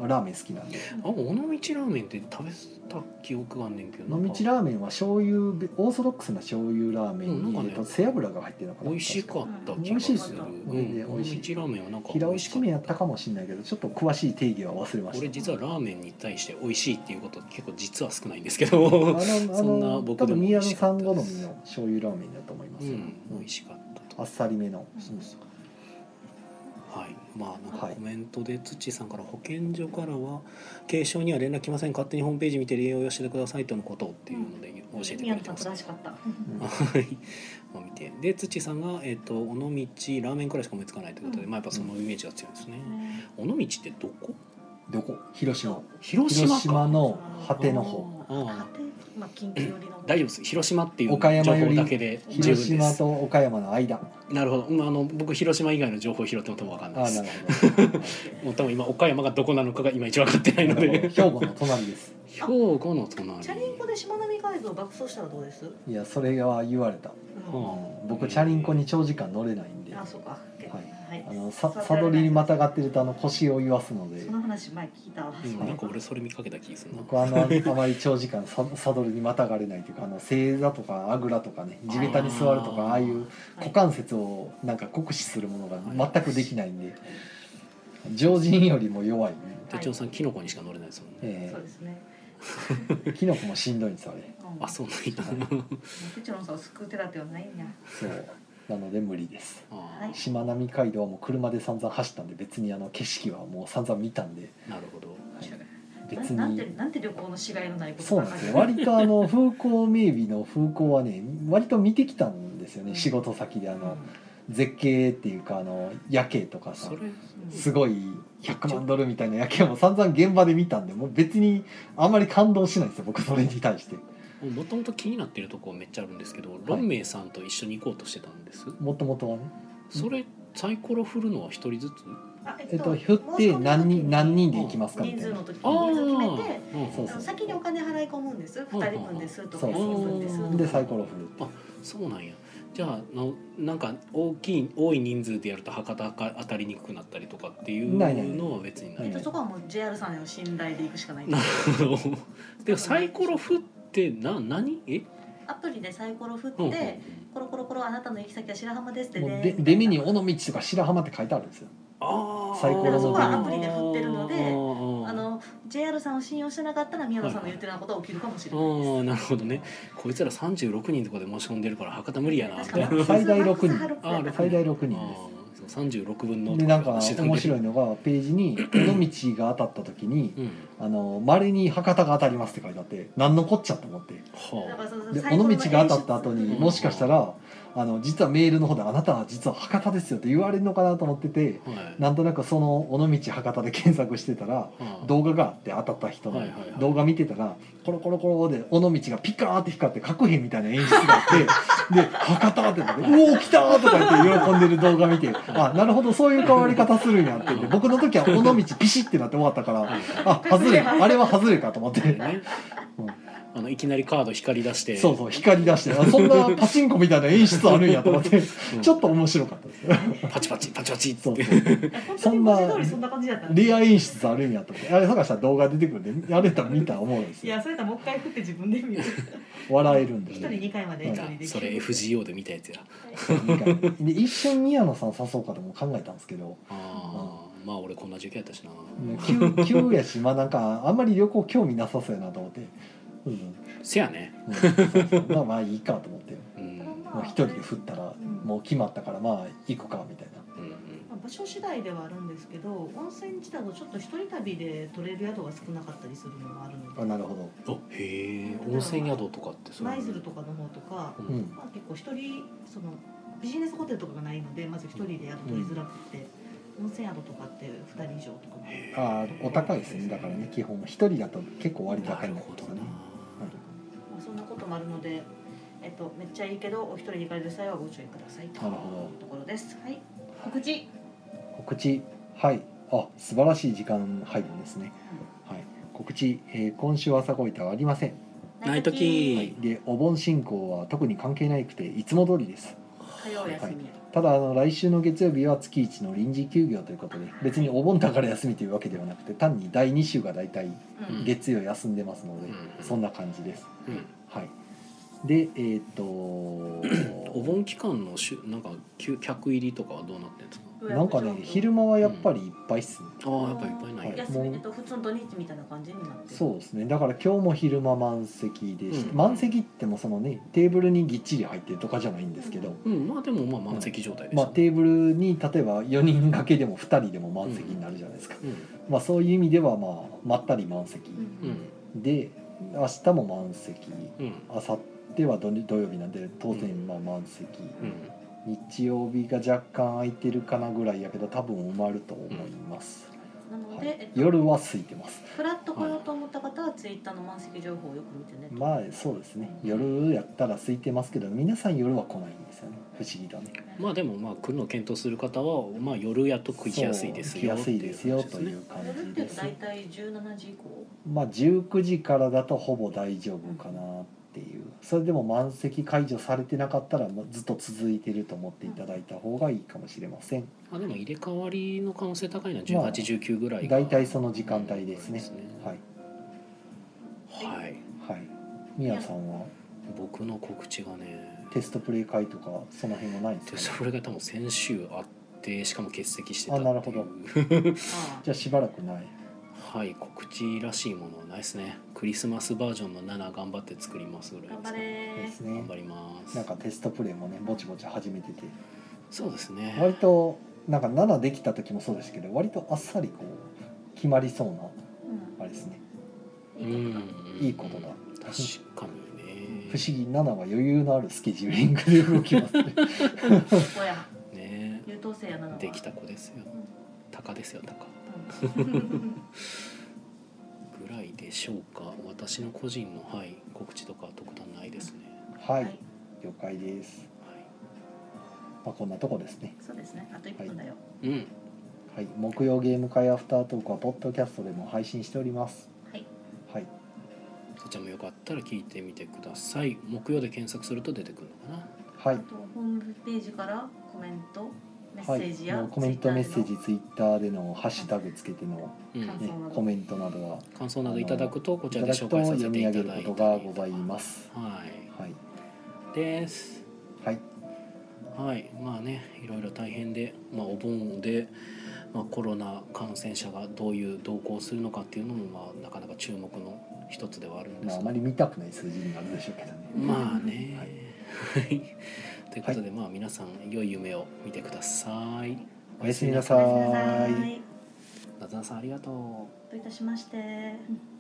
B: ラーメン好きなんで
A: あ尾道ラーメンって食べた記憶があんねんけど
B: 尾
A: な
B: 道
A: ん
B: ラ
A: か
B: ーメンは醤油べオーソドックスな醤油ラーメン
A: うん
B: に
A: なんか
B: 入
A: ね
B: れた背脂が入ってるのかな
A: 美味しかった気
B: 美
A: が
B: 味しい
A: す
B: で
A: る
B: す
C: よ
A: うん
B: 全然
A: 尾道
B: 美味しい
A: ラーメンはなんか
B: 平打ち麺やった
A: も
B: かもしれないけどちょっと詳しい定義は忘れました
A: 俺実はラーメンに対して美味しいっていうこと結構実は少ないんですけど、
B: の
A: そんな僕
B: 多
A: で
B: 分
A: も
B: 宮野さん好みの醤油ラーメンだと思いま
A: う
B: すよ、
A: ん、美味しかったと
B: あっさりめの、
C: そう
A: はいまあなんか
B: はい
A: コメントで土さんから保健所からは「軽症には連絡来ません勝手にホームページ見て利用してください」とのことっていうので教えてく
C: 宮
A: れ
C: 野
A: て
C: さん
A: ます
C: 正しかった
B: うん
A: はい、まあ、見てで土さんが、えっと尾道ラーメンくらいしか思いつかないということで、
C: うん
A: まあやっぱそのイメージが強いですね、
C: ね
A: 尾道ってどこ
B: どこ広島
A: 広島か
B: 広島の果ての方
A: あーあ
C: 家庭まあ近畿寄りの方
A: ー大丈夫です広島っていう
B: 岡
A: 情
B: 山より
A: 報だけで十
B: 広
A: 分で
B: 島
A: す
B: と岡山の間
A: なるほど、うんあの僕広島以外の情報を拾っても多分分かんない
B: あ
A: で
B: あな
A: す
B: るほど
A: もう多分今岡山がどこなのかが今一番分かって ないの
B: なるほど
A: で
B: 兵庫の隣です
A: 兵庫の隣
C: チャリンコでしまなみ海道を爆走したらどうです、うん
B: いやそれは言われた、うん僕チャリンコに長時間乗れないんで
C: あそうか結構
B: はい
C: はい
B: あのさ
C: 座って
B: サドリにまたがってるとあの腰を言わすので
C: その話前聞いたわ、
A: うん
C: そう
A: なんか俺それ見かけた気がするな
B: 僕はあのあまり長時間ササドルにまたがれないというかあの正座とかあぐらとかね地べたに座ると
A: あー
B: かああいう
C: はい
B: 股関節をなんか酷使するもの
A: は
B: が
A: い
B: 全くできないんで常人よりも弱い、
A: 手帳さんキノコにしか乗れないですもんね、
B: え
C: そうですね、
B: ー、キノコもしんどいんですあれ
C: うん、
A: あそうなんや
C: テチロンさんを救う手立てはないんや
B: そうなので無理です
A: あー
C: はい
B: しまなみ海道はもう車で散々走ったんで別にあの景色はもう散々見たんで
A: なるほど
B: 別
C: ななんて
B: に
C: なんて旅行のしがいのないこと
B: そうなんですよ割とあの風光明媚の風光はね割と見てきたんですよね仕事先であの。絶景っていうかあの夜景とかさ
A: それ
B: すごい100万ドルみたいな夜 景も散々現場で見たんでもう別にあんまり感動しないんですよ僕それに対して
A: もともと気になってるとこめっちゃあるんですけど、ロンメイさんと一緒に行こうとしてたんです
B: もともとはね
A: それサイコロ振るのは一人ずつ
C: あ
B: えっと振って何人何人で行きますかみ
C: 人
B: たい
C: 数
B: な
C: の時に
A: あ
C: 人数決
A: ー
C: めて
A: うん
B: そう
C: あ
B: そ
C: の
B: う
C: 先にお金払い込むんです
A: うん
C: 2人分ですとか
B: そう
C: 4
B: そう
C: 人分です
A: うん
B: で
C: とか
B: サイコロ振るって
A: そうなんやじゃあななんか大きい多い人数でやると博多か当たりにくくなったりとかっていう
B: ないない
A: のは別にな
B: う
A: い
C: え
B: ん
C: っとそこはもう JR さんへの信頼で行くしかない
A: なるほど でもサイコロ振ってな何え、
C: アプリでサイコロ振っ
A: うんうん
C: てコロコロコロあなたの行き先は白浜ですって
B: もう
C: ね
B: で出目に尾道とか白浜って書いてあるんですよ
A: あー
B: サイコロの
C: そこはアプリで振ってるので
A: あー
C: あの JR さんを信用してなかったら宮野さんの言ってるようなことは起きるかもし
A: あ
C: れないです。
A: ーなるほどねこいつら36人とかで申し込んでるから博多無理やなっ
C: 確
A: て
C: かに
A: あー
B: 最大六人
C: あー
B: 最大6人で
A: そう36分の
B: すでなんか
A: 知ら
B: 面白
A: い、
B: いのがページに「尾道が当たった時に
A: うん
B: 「あの稀に博多が当たります」って書いてあって何のこっちゃと思って
C: だか
A: は
C: らその
B: で
C: 最
B: 尾
C: 後の
B: 道
C: 演出
B: が当たった後に
A: うん
B: もしかしたらあの実はメールの方で「あなたは実は博多ですよ」って言われるのかなと思ってて
A: あはい
B: なんとなくその尾道博多で検索してたら
A: はあ
B: 動画があって当たった人の
A: はいはいはい
B: 動画見てたらコロコロコロで尾道がピカーって光って核兵みたいな演出があって で博多ってなって「うおー来た!」とか言って喜んでる動画見て「あなるほどそういう変わり方するんや」って言って僕の時は尾道ピシってなって終わったから
A: はい
B: 「あ外れあれは外れか」と思って
A: ね
B: うん
A: あのいきなりカード光り出して
B: そうそう光り出してあそんなパチンコみたいな演出あるんやと 思って
A: うん
B: ちょっと面白かったですよ
A: パチパチパチパチっつ
B: そ
A: っ
B: う
A: て
B: そう
C: そんな文字通りそんな感じだったんで
B: レア演出あるんやと思ってあれ探したら動画出てくるんであれたら見たら思うんです
C: い
B: よ
C: やそれともう一回振って自分で見る
B: 笑えるんで
C: 一人二回まで一人できる
A: それ FGO で見たやつや
B: で一瞬宮野さん誘そうかとも考えたんですけど
A: あーまあ俺こんな受験やったしな
B: 急急やしまあなんかあんまり旅行興味なさそうやなと思って、うん
A: せやね
B: うんそうそうまあまあいいかと思って、
A: うんうん
B: まあ、一人で振ったらもう決まったからまあ行くかみたいな
A: うん
C: まあ場所次第ではあるんですけど温泉自体をちょっと一人旅で取れる宿が少なかったりするのもあるの
B: あ
C: で
B: なるほど、
A: あへえ温泉宿とかってう
C: 舞鶴とかの方とか、
A: う
B: うんん、
C: まあ、結構一人そのビジネスホテルとかがないのでまず一人で宿取りづらくて、温泉宿とかって二人以上とかも
A: へー
B: あーお高いですねだからね基本一人だと結構割
A: な
B: 高い
A: る
B: ん
A: ほ
B: です
A: ど
B: よね
A: な
C: まあ、そんなこともあるので、えっと、めっちゃいいけどお一人で行かれる際はご注意くださいという
B: なるほ
C: ところです。はい、告知
B: ど告知はいあ素晴らしい時間配分ですねはい告知、えー今週朝ごいたはありません
A: ナイトキー
B: はいでお盆進行は特に関係なくていつも通りです
C: 火曜休み、
B: ただあの来週の月曜日は月一の臨時休業ということで別にお盆だから休みというわけではなくて単に第2週が大体
C: うん
B: 月曜休んでますので、
A: うん
B: そんな感じです
A: うん
B: はいでえーっとお
A: お盆期間のしゅなんかきゅ客入りとかはどうなってんですか
B: なんかね昼間はやっぱりいっぱいっすね、
A: ああやっぱいっぱいない
B: はい
A: や
C: 休みだと普通の土日みたいな感じになってる
B: そうですねだから今日も昼間満席でした、
A: うん
B: 満席ってもそのねテーブルにぎっちり入ってるとかじゃないんですけど、
A: うんまあでもまあ満席状態です
B: まあ、テーブルに例えば4人掛けでも2人でも満席になるじゃないですか、
A: うん
B: まあ、そういう意味ではまあまったり満席、
C: うん
A: うん
B: で明日も満席
A: うん
B: 明後日は土土曜日なんで当然まあ満席、
A: うん
B: 日曜日が若干空いてるかなぐらいやけど多分埋まると思います、
C: なの
B: は
C: で、
B: い
C: えっ、と
B: 夜は空いてます
C: フラッと来ようと思った方はツイッターの満席情報をよく見てね、
B: まあそうですね夜やったら空いてますけど皆さん夜は来ないんですよね不思議だね
A: まあでもまあ来るのを検討する方はまあ夜やと行きやすいです
B: そう来
A: よっ
B: やす
A: て
B: い
A: い
B: で
A: う
B: すよ
A: 話で
B: と
A: す
B: い
A: ね
B: う感
C: 夜っ
B: じ
C: てい
B: で
C: うと
B: す
C: 大体17時以降
B: まあ19時からだとほぼ大丈夫かなっていうそれでも満席解除されてなかったらもうずっと続いてると思っていただいた方がいいかもしれません
A: あでも入れ替わりの可能性高いのは
B: まあ
A: 1819ぐらいが
B: 大体その時間帯ですね
A: そう
B: はい
A: はい
B: はいみやさんは
A: 僕の告知がね
B: テストプレイ会とかその辺はないんです
A: テ
B: か、
A: ス
B: ね
A: ト、プレが多分先週あってしかも欠席してたっていう
B: あなるほど
C: あ
B: じゃあしばらくない
A: はい告知らしいものはないですねクリスマスバージョンの7頑張って作りますぐら
C: あ
A: いです
C: 頑張
A: か
C: れ
A: ね
C: ー
B: ですね
A: 頑張ります
B: なんかテストプレイもねぼちぼち始めてて
A: そうですね
B: 割となんか7できた時もそうですけど割とあっさりこう決まりそうなあれですね
C: うん
A: う
C: いい
A: ん
C: こ
B: いいことだ
A: 確かにね
B: 不思議7は余裕のあるスケジューリングで動きます ね
C: とだここや
A: ね
C: 優等生やなのは
A: できた子ですよタカですよタカ
C: うん
A: ぐらいでしょうか私の個人の、はい、告知とかは特段ないですね、
B: は
C: はい
B: い了解です
A: は
B: まあこんなとこですね
C: そうですねあと一分だよ
A: い、うん
B: はい木曜ゲーム会アフタートークはポッドキャストでも配信しております
C: はい
B: はい
A: そちらもよかったら聞いてみてください木曜で検索すると出てくるのか
B: は
C: あ
B: い
C: とホームページからコメントメ
B: は
C: ッセージ
B: い
C: や、
B: もうコメントメッセージツイッターでのハッシュタグつけての、
A: な、
C: は
A: う
C: い
A: ん、
B: ね、コメントなどは
A: 感想などいただくとこ
B: い
A: ち
B: た
A: ら
B: だ
A: で
B: くと
A: 紹介させ
B: 読
A: てい
B: み上
A: ただ
B: げ
A: い
B: る
A: たり
B: ことがございます
A: は
B: はい
A: いです
B: はい
A: はいまあねいろいろ大変で、まあ、お盆でまあ、コロナ感染者がどういう動向をするのかっていうのも、まあ、なかなか注目の一つではあるんで
B: ま
A: す
B: あ、
A: け
B: あ
A: ど
B: まり見たくない数字になるでしょうけどね。
A: まあね。
B: はい
A: はい、ということで、まあ皆さん良い夢を見てください。
B: おやすみな
C: お
B: さ
C: やすみなさ
B: ーい。
C: い
A: 夏菜さんありがとう。
C: どういたしまして。